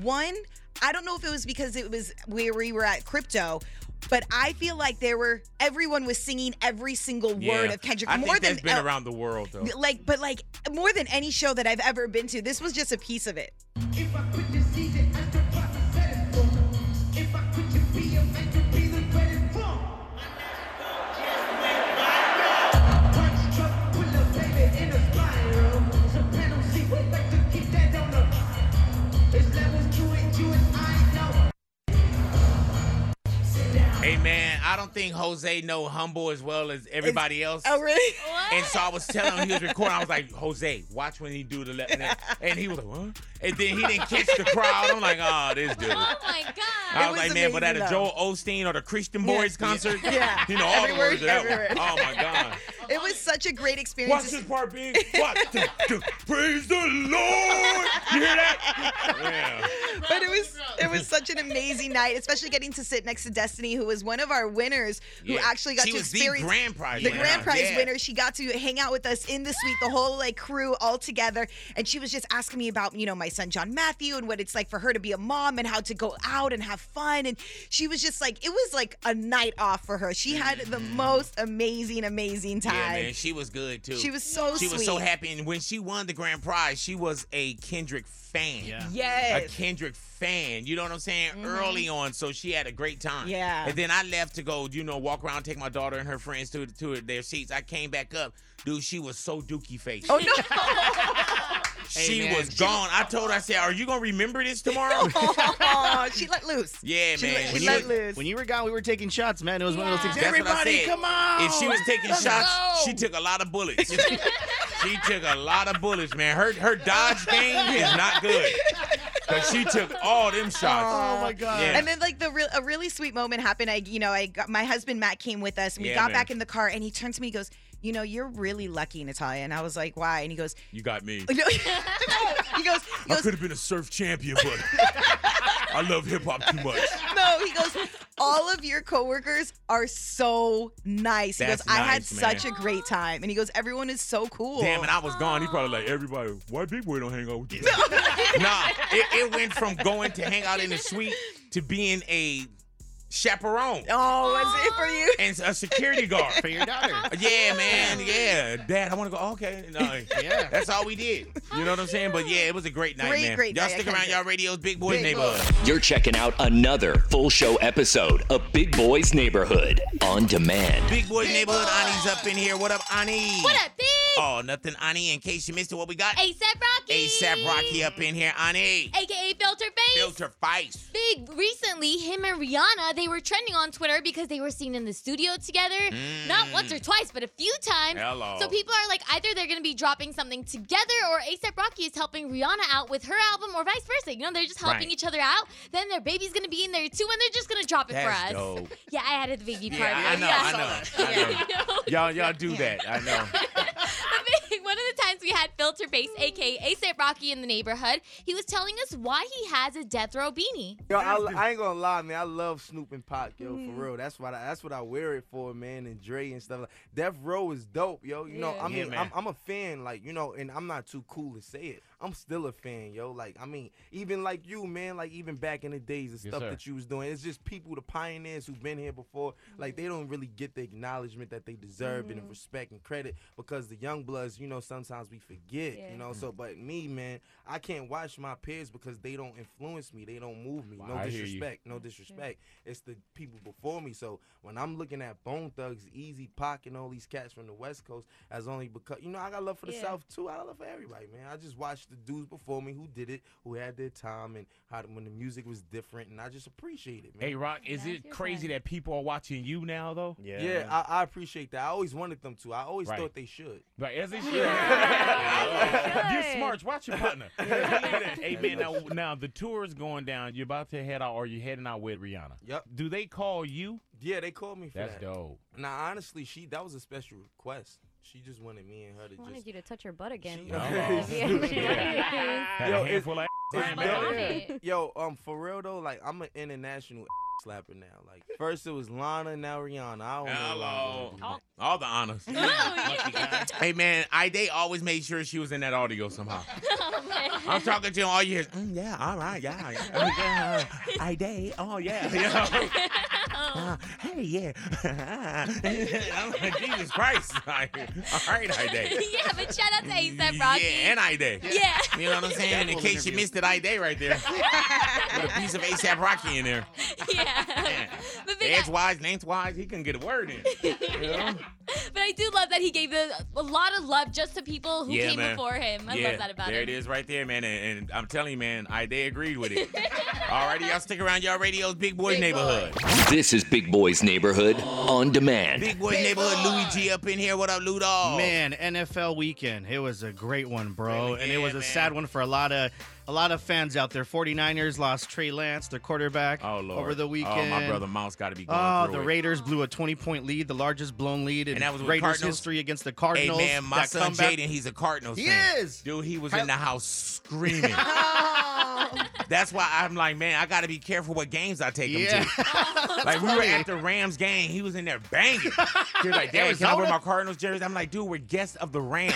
[SPEAKER 4] one, I don't know if it was because it was where we were at crypto. But I feel like there were everyone was singing every single word
[SPEAKER 2] Yeah.
[SPEAKER 4] of Kendrick
[SPEAKER 2] I
[SPEAKER 4] more
[SPEAKER 2] think
[SPEAKER 4] than
[SPEAKER 2] that's been
[SPEAKER 4] uh,
[SPEAKER 2] around the world though.
[SPEAKER 4] like, but like more than any show that I've ever been to. This was just a piece of it.
[SPEAKER 2] Hey man, I don't think Jose know humble as well as everybody else.
[SPEAKER 4] Oh really?
[SPEAKER 2] And so I was telling him he was recording. I was like, Jose, watch when he do the left. hand. And he was like, what? And then he didn't catch the crowd. I'm like, oh, this dude.
[SPEAKER 5] Oh my God.
[SPEAKER 2] I was like, man, but at a
[SPEAKER 4] amazing,
[SPEAKER 2] Joel Osteen or the Christian Boys concert,
[SPEAKER 4] Yeah.
[SPEAKER 2] you know, all
[SPEAKER 4] Every
[SPEAKER 2] the words
[SPEAKER 4] word,
[SPEAKER 2] of that one.
[SPEAKER 4] every word.
[SPEAKER 2] Oh my God.
[SPEAKER 4] It was such a great experience.
[SPEAKER 2] Watch this part, big. Watch. Praise the Lord. You hear that? Yeah.
[SPEAKER 4] but it was it was such an amazing night, especially getting to sit next to Destiny, who was one of our winners, who
[SPEAKER 2] Yeah.
[SPEAKER 4] actually got
[SPEAKER 2] She
[SPEAKER 4] to
[SPEAKER 2] was the
[SPEAKER 4] experience
[SPEAKER 2] grand prize
[SPEAKER 4] the
[SPEAKER 2] winner.
[SPEAKER 4] grand prize
[SPEAKER 2] Yeah.
[SPEAKER 4] winner. She got to hang out with us in the suite, the whole like crew all together, and she was just asking me about you know my son John Matthew and what it's like for her to be a mom and how to go out and have fun, and she was just like it was like a night off for her. She had the most amazing, amazing time.
[SPEAKER 2] Mm-hmm. Yeah, man, she was good too.
[SPEAKER 4] She was so
[SPEAKER 2] She was so
[SPEAKER 4] sweet.
[SPEAKER 2] happy, and when she won the grand prize, she was a Kendrick fan. Yeah.
[SPEAKER 4] Yes.
[SPEAKER 2] A Kendrick fan. You know what I'm saying?
[SPEAKER 4] Mhm.
[SPEAKER 2] Early on, so she had a great time.
[SPEAKER 4] Yeah.
[SPEAKER 2] And then I left to go, you know, walk around, take my daughter and her friends to to their seats. I came back up, dude. She was so dookie faced.
[SPEAKER 4] Oh no.
[SPEAKER 2] She
[SPEAKER 4] Hey, man,
[SPEAKER 2] was
[SPEAKER 4] she-
[SPEAKER 2] gone. I told her, I said, "Are you gonna remember this tomorrow?"
[SPEAKER 4] Aw, she let loose.
[SPEAKER 2] yeah, man.
[SPEAKER 3] when,
[SPEAKER 2] Oh, She
[SPEAKER 3] you,
[SPEAKER 2] was-
[SPEAKER 3] were- when you were gone, we were taking shots, man. It was one of those things.
[SPEAKER 2] That's what I
[SPEAKER 3] Everybody,
[SPEAKER 2] said.
[SPEAKER 3] come on!
[SPEAKER 2] If she was taking
[SPEAKER 3] Let's
[SPEAKER 2] shots,
[SPEAKER 3] go!"
[SPEAKER 2] she took a lot of bullets. she took a lot of bullets, man. Her her dodge game is not good. Cause she took all
[SPEAKER 3] Oh,
[SPEAKER 2] them shots.
[SPEAKER 4] Aw.
[SPEAKER 2] Yeah.
[SPEAKER 4] And then like the real a really sweet moment happened. I you know I got my husband Matt came with us and we
[SPEAKER 2] Yeah,
[SPEAKER 4] got
[SPEAKER 2] man.
[SPEAKER 4] back in the car and he turned to me he goes. You know, you're really lucky, Natalia. And I was like, why? And he goes,
[SPEAKER 2] you got me.
[SPEAKER 4] no. he goes,
[SPEAKER 2] I could have been a surf champion, but I love hip hop too much.
[SPEAKER 4] no, he goes, all of your coworkers are so nice. He
[SPEAKER 2] That's
[SPEAKER 4] goes, I had
[SPEAKER 2] nice, man.
[SPEAKER 4] such a great time. And he goes, everyone is so cool.
[SPEAKER 2] Damn, and I was gone. He probably like everybody. Why big boy don't hang out with you? nah, it, it went from going to hang out in the suite to being a chaperone.
[SPEAKER 4] Oh, was it for you?
[SPEAKER 2] And a security guard
[SPEAKER 3] For your daughter.
[SPEAKER 2] Yeah, man. Yeah, Dad, I want to go. Okay, no, yeah. That's all we did. You know what I'm saying? But yeah, it was a great night,
[SPEAKER 1] Great,
[SPEAKER 2] man.
[SPEAKER 1] great
[SPEAKER 2] y'all
[SPEAKER 1] night,
[SPEAKER 2] stick
[SPEAKER 1] I
[SPEAKER 2] around,
[SPEAKER 1] kinda-
[SPEAKER 2] y'all radios, big boys neighborhood.
[SPEAKER 1] You're checking out another full show episode of Big Boy's Neighborhood on demand.
[SPEAKER 2] Big boys neighborhood. Ani's up in here. What up, Ani?
[SPEAKER 5] What up, big?
[SPEAKER 2] Oh, nothing, Ani. In case you missed it, what we got?
[SPEAKER 5] ASAP Rocky.
[SPEAKER 2] ASAP Rocky up in here, Ani.
[SPEAKER 5] AKA Filter Face.
[SPEAKER 2] Filter face.
[SPEAKER 5] Big recently, him and Rihanna, they were trending on Twitter because they were seen in the studio together. Not once or twice, but a few times.
[SPEAKER 2] Mm. Hello.
[SPEAKER 5] So people are like, either they're gonna be dropping something together, or ASAP Rocky is helping Rihanna out with her album, or vice versa. You know, they're just helping
[SPEAKER 2] Right.
[SPEAKER 5] each other out. Then their baby's gonna be in there too, and they're just gonna drop it
[SPEAKER 2] That's
[SPEAKER 5] for us.
[SPEAKER 2] dope.
[SPEAKER 5] Yeah, I added the baby
[SPEAKER 2] Yeah,
[SPEAKER 5] part.
[SPEAKER 2] I know,
[SPEAKER 5] Yeah.
[SPEAKER 2] I know, I know. Y'all, y'all do that. I know.
[SPEAKER 5] One of the times we had Filter Face, aka ASAP Rocky in the neighborhood, he was telling us why he has a death row beanie.
[SPEAKER 9] Yo, I, I ain't gonna lie, man. I love Snoop and Pop, yo, for real. That's what I, that's what I wear it for, man. And Dre and stuff. Like. Death Row is dope, yo. You know,
[SPEAKER 18] Yeah.
[SPEAKER 9] I
[SPEAKER 18] Yeah,
[SPEAKER 9] mean,
[SPEAKER 18] man.
[SPEAKER 9] I'm, I'm a fan, like you know, and I'm not too cool to say it. I'm still a fan, yo. Like I mean, even like you, man. Like even back in the days, the
[SPEAKER 19] Yes,
[SPEAKER 9] stuff
[SPEAKER 19] sir.
[SPEAKER 9] that you was doing. It's just people, the pioneers who've been here before. Like they don't really get the acknowledgement that they deserve and the
[SPEAKER 19] Mhm.
[SPEAKER 9] respect and credit because the young bloods, you know, sometimes we forget,
[SPEAKER 19] Yeah.
[SPEAKER 9] you know. So, but me, man, I can't watch my peers because they don't influence me. They don't move me.
[SPEAKER 19] Wow,
[SPEAKER 9] no
[SPEAKER 19] I hear you.
[SPEAKER 9] disrespect. No disrespect. It's the people before me. So when I'm looking at Bone Thugs, Easy Pac, and all these cats from the West Coast, as only because you know I got love for the
[SPEAKER 19] Yeah.
[SPEAKER 9] South too. I got love for everybody, man. I just watched the dudes before me who did it, who had their time, and how when the music was different, and I just appreciate it, man.
[SPEAKER 2] Hey, Rock, is it crazy that people are watching you now, though?
[SPEAKER 9] Yeah, I, I appreciate that. I always wanted them to. I always
[SPEAKER 2] Right.
[SPEAKER 9] thought they should.
[SPEAKER 2] Right, as they should.
[SPEAKER 9] Yeah.
[SPEAKER 2] You're smart. Watch your partner. hey man, now, now the tour is going down. You're about to head out, or you're heading out with Rihanna.
[SPEAKER 9] Yep.
[SPEAKER 2] Do they call you?
[SPEAKER 9] Yeah, they called me for
[SPEAKER 2] That's
[SPEAKER 9] that.
[SPEAKER 2] dope.
[SPEAKER 9] Now, honestly, she that was a special request. She just wanted me and her to
[SPEAKER 14] I wanted
[SPEAKER 9] just.
[SPEAKER 14] you to touch her butt again.
[SPEAKER 9] Yeah. Yo, it's-
[SPEAKER 2] handful of
[SPEAKER 9] it's
[SPEAKER 2] ass right
[SPEAKER 9] dope.
[SPEAKER 14] back.
[SPEAKER 9] Yo, um, for real though, like I'm an international slapper now. Like first it was Lana, now Rihanna. I
[SPEAKER 2] Hello.
[SPEAKER 9] don't know. Hello.
[SPEAKER 2] All the honors. hey man, I they always made sure she was in that audio somehow. I'm talking to him all years. Mm, yeah, all right, yeah, yeah, yeah. I uh, day, oh yeah. You know? Uh, hey, yeah. I'm like, Jesus Christ. Like, all right, I day.
[SPEAKER 5] yeah, but shout out to ASAP Rocky.
[SPEAKER 2] Yeah, and I day.
[SPEAKER 5] Yeah.
[SPEAKER 2] You know what I'm saying? In
[SPEAKER 5] Double
[SPEAKER 2] case you
[SPEAKER 5] interview.
[SPEAKER 2] missed it, I day right there. With a piece of ASAP Rocky in there.
[SPEAKER 5] yeah. But, Vic,
[SPEAKER 2] Edge wise, length wise, he couldn't get a word in. You know?
[SPEAKER 5] but I do love that he gave a, a lot of love just to people who
[SPEAKER 2] Yeah,
[SPEAKER 5] came
[SPEAKER 2] man.
[SPEAKER 5] before him. I
[SPEAKER 2] Yeah,
[SPEAKER 5] love that about
[SPEAKER 2] There
[SPEAKER 5] him.
[SPEAKER 2] it is right there, man. And, and I'm telling you, man, I they agreed with it. Alrighty, y'all stick around. Y'all radio's Big Boys Neighborhood.
[SPEAKER 1] This is Big Boy's Neighborhood on demand.
[SPEAKER 2] Big Boys Neighborhood, Louis G up in here. What up, Ludo?
[SPEAKER 3] Man, NFL weekend. It was a great one, bro. and it was a sad one for a lot of a lot of fans out there. 49ers lost Trey Lance, their quarterback,
[SPEAKER 2] Oh, Lord.
[SPEAKER 3] over the weekend.
[SPEAKER 2] Oh, my brother Mouse got to be going
[SPEAKER 3] Oh,
[SPEAKER 2] through
[SPEAKER 3] the
[SPEAKER 2] it.
[SPEAKER 3] Raiders blew a 20 point lead, the largest blown lead in
[SPEAKER 2] And that was with
[SPEAKER 3] Raiders
[SPEAKER 2] Cardinals?
[SPEAKER 3] history against the Cardinals.
[SPEAKER 2] Hey, man, my
[SPEAKER 3] That
[SPEAKER 2] son
[SPEAKER 3] comeback-
[SPEAKER 2] Jaden, he's a Cardinals
[SPEAKER 3] He
[SPEAKER 2] fan.
[SPEAKER 3] is.
[SPEAKER 2] Dude, he was in the house screaming.
[SPEAKER 4] Oh.
[SPEAKER 2] That's why I'm like, man, I got to be careful what games I take him
[SPEAKER 3] Yeah.
[SPEAKER 2] to. like, we were at the Rams game. He was in there banging. He was like, Dad, can I wear
[SPEAKER 3] Arizona?
[SPEAKER 2] my Cardinals jersey? I'm like, dude, we're guests of the Rams.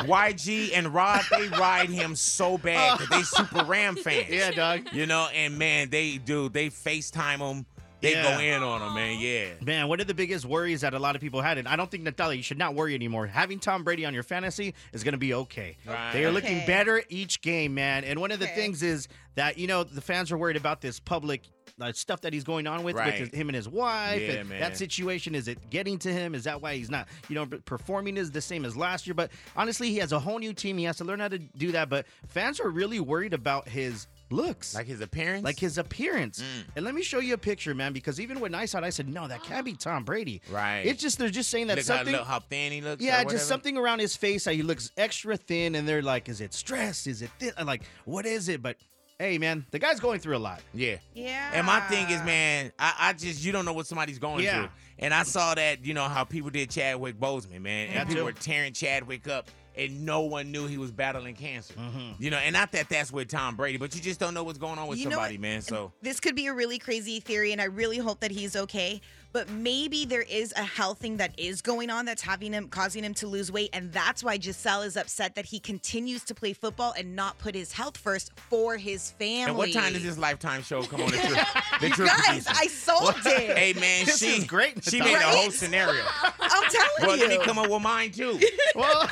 [SPEAKER 2] YG and Rod, they ride him so bad 'cause they super Ram fans. Yeah,
[SPEAKER 3] dog.
[SPEAKER 2] You know, and man, they do. They FaceTime him. They
[SPEAKER 3] Yeah.
[SPEAKER 2] go in on him, man. Yeah.
[SPEAKER 3] Man, one of the biggest worries that a lot of people had, and I don't think Natalia, you should not worry anymore. Having Tom Brady on your fantasy is going to be okay.
[SPEAKER 2] Right.
[SPEAKER 3] They are looking
[SPEAKER 2] Okay.
[SPEAKER 3] better each game, man. And one of the things is that you know the fans are worried about this public uh, stuff that he's going on with
[SPEAKER 2] Right.
[SPEAKER 3] with his, him and his wife.
[SPEAKER 2] Yeah,
[SPEAKER 3] and
[SPEAKER 2] man.
[SPEAKER 3] That situation is it getting to him? Is that why he's not you know performing is the same as last year? But honestly, he has a whole new team. He has to learn how to do that. But fans are really worried about his. Looks
[SPEAKER 2] like his appearance, Mm.
[SPEAKER 3] like his appearance, and let me show you a picture, man. Because even when I saw it, I said, "No, that can't be Tom Brady."
[SPEAKER 2] Right.
[SPEAKER 3] It's just they're just saying that
[SPEAKER 2] look
[SPEAKER 3] something.
[SPEAKER 2] How, look how thin he looks. or
[SPEAKER 3] yeah,
[SPEAKER 2] whatever.
[SPEAKER 3] just something around his face. How he looks extra thin, and they're like, "Is it stress? Is it thin? I'm like, what is it?" But hey, man, the guy's going through a lot.
[SPEAKER 2] Yeah.
[SPEAKER 4] Yeah.
[SPEAKER 2] And my thing is, man, I, I just you don't know what somebody's going
[SPEAKER 3] Yeah.
[SPEAKER 2] through. And I saw that, you know, how people did Chadwick Boseman, man, and
[SPEAKER 3] Yeah,
[SPEAKER 2] people
[SPEAKER 3] too.
[SPEAKER 2] were tearing Chadwick up, and no one knew he was battling cancer.
[SPEAKER 3] Mm-hmm.
[SPEAKER 2] You know, and not that that's with Tom Brady, but you just don't know what's going on with
[SPEAKER 4] You know
[SPEAKER 2] somebody,
[SPEAKER 4] what?
[SPEAKER 2] man. So
[SPEAKER 4] This could be a really crazy theory, and I really hope that he's okay. But maybe there is a health thing that is going on that's having him causing him to lose weight, and that's why Giselle is upset that he continues to play football and not put his health first for his family.
[SPEAKER 2] And what time does this Lifetime show come on? That you're, that
[SPEAKER 4] You
[SPEAKER 2] you're
[SPEAKER 4] guys,
[SPEAKER 2] producing?
[SPEAKER 4] I sold it.
[SPEAKER 2] Hey man,
[SPEAKER 4] This
[SPEAKER 2] she
[SPEAKER 4] is great,
[SPEAKER 2] She
[SPEAKER 4] Natasha.
[SPEAKER 2] made a whole
[SPEAKER 4] Right?
[SPEAKER 2] scenario.
[SPEAKER 4] I'm telling
[SPEAKER 2] Well,
[SPEAKER 4] you.
[SPEAKER 2] let me come up with mine too.
[SPEAKER 3] Well,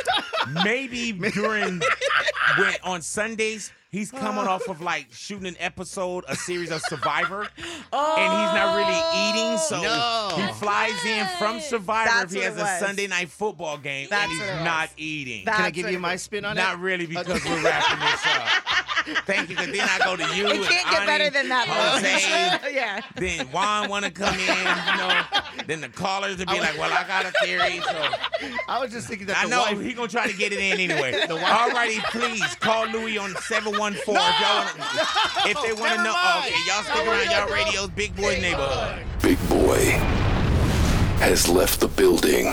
[SPEAKER 2] maybe during when on Sundays he's coming off of like shooting an episode, a series of Survivor,
[SPEAKER 3] Oh.
[SPEAKER 2] and he's not really eating, so
[SPEAKER 19] No.
[SPEAKER 2] he flies in from Survivor
[SPEAKER 19] That's
[SPEAKER 2] if he has
[SPEAKER 19] what it was.
[SPEAKER 2] a Sunday night football game
[SPEAKER 19] That's
[SPEAKER 2] and he's
[SPEAKER 19] what it was.
[SPEAKER 2] not eating.
[SPEAKER 3] Can I That's give what you it my was. spin on
[SPEAKER 2] not
[SPEAKER 3] it?
[SPEAKER 2] Not really because we're wrapping this up. Thank you, because then I go to you.
[SPEAKER 4] It
[SPEAKER 2] and
[SPEAKER 4] can't get
[SPEAKER 2] Ani,
[SPEAKER 4] better than that,
[SPEAKER 2] Jose,
[SPEAKER 4] Mom. yeah.
[SPEAKER 2] then Juan want to come in, you know. Then the callers would be like, "Well, I got a theory." So
[SPEAKER 3] I was just thinking that
[SPEAKER 2] I
[SPEAKER 3] the
[SPEAKER 2] know
[SPEAKER 3] wife-
[SPEAKER 2] he gonna try to get it in anyway.
[SPEAKER 3] The wife-
[SPEAKER 2] Alrighty, please call Louis on seven one four if y'all wanna, if they want to know. oh, okay, y'all stick around. Y'all radios, Big Boy Neighborhood.
[SPEAKER 21] Big Boy has left the building.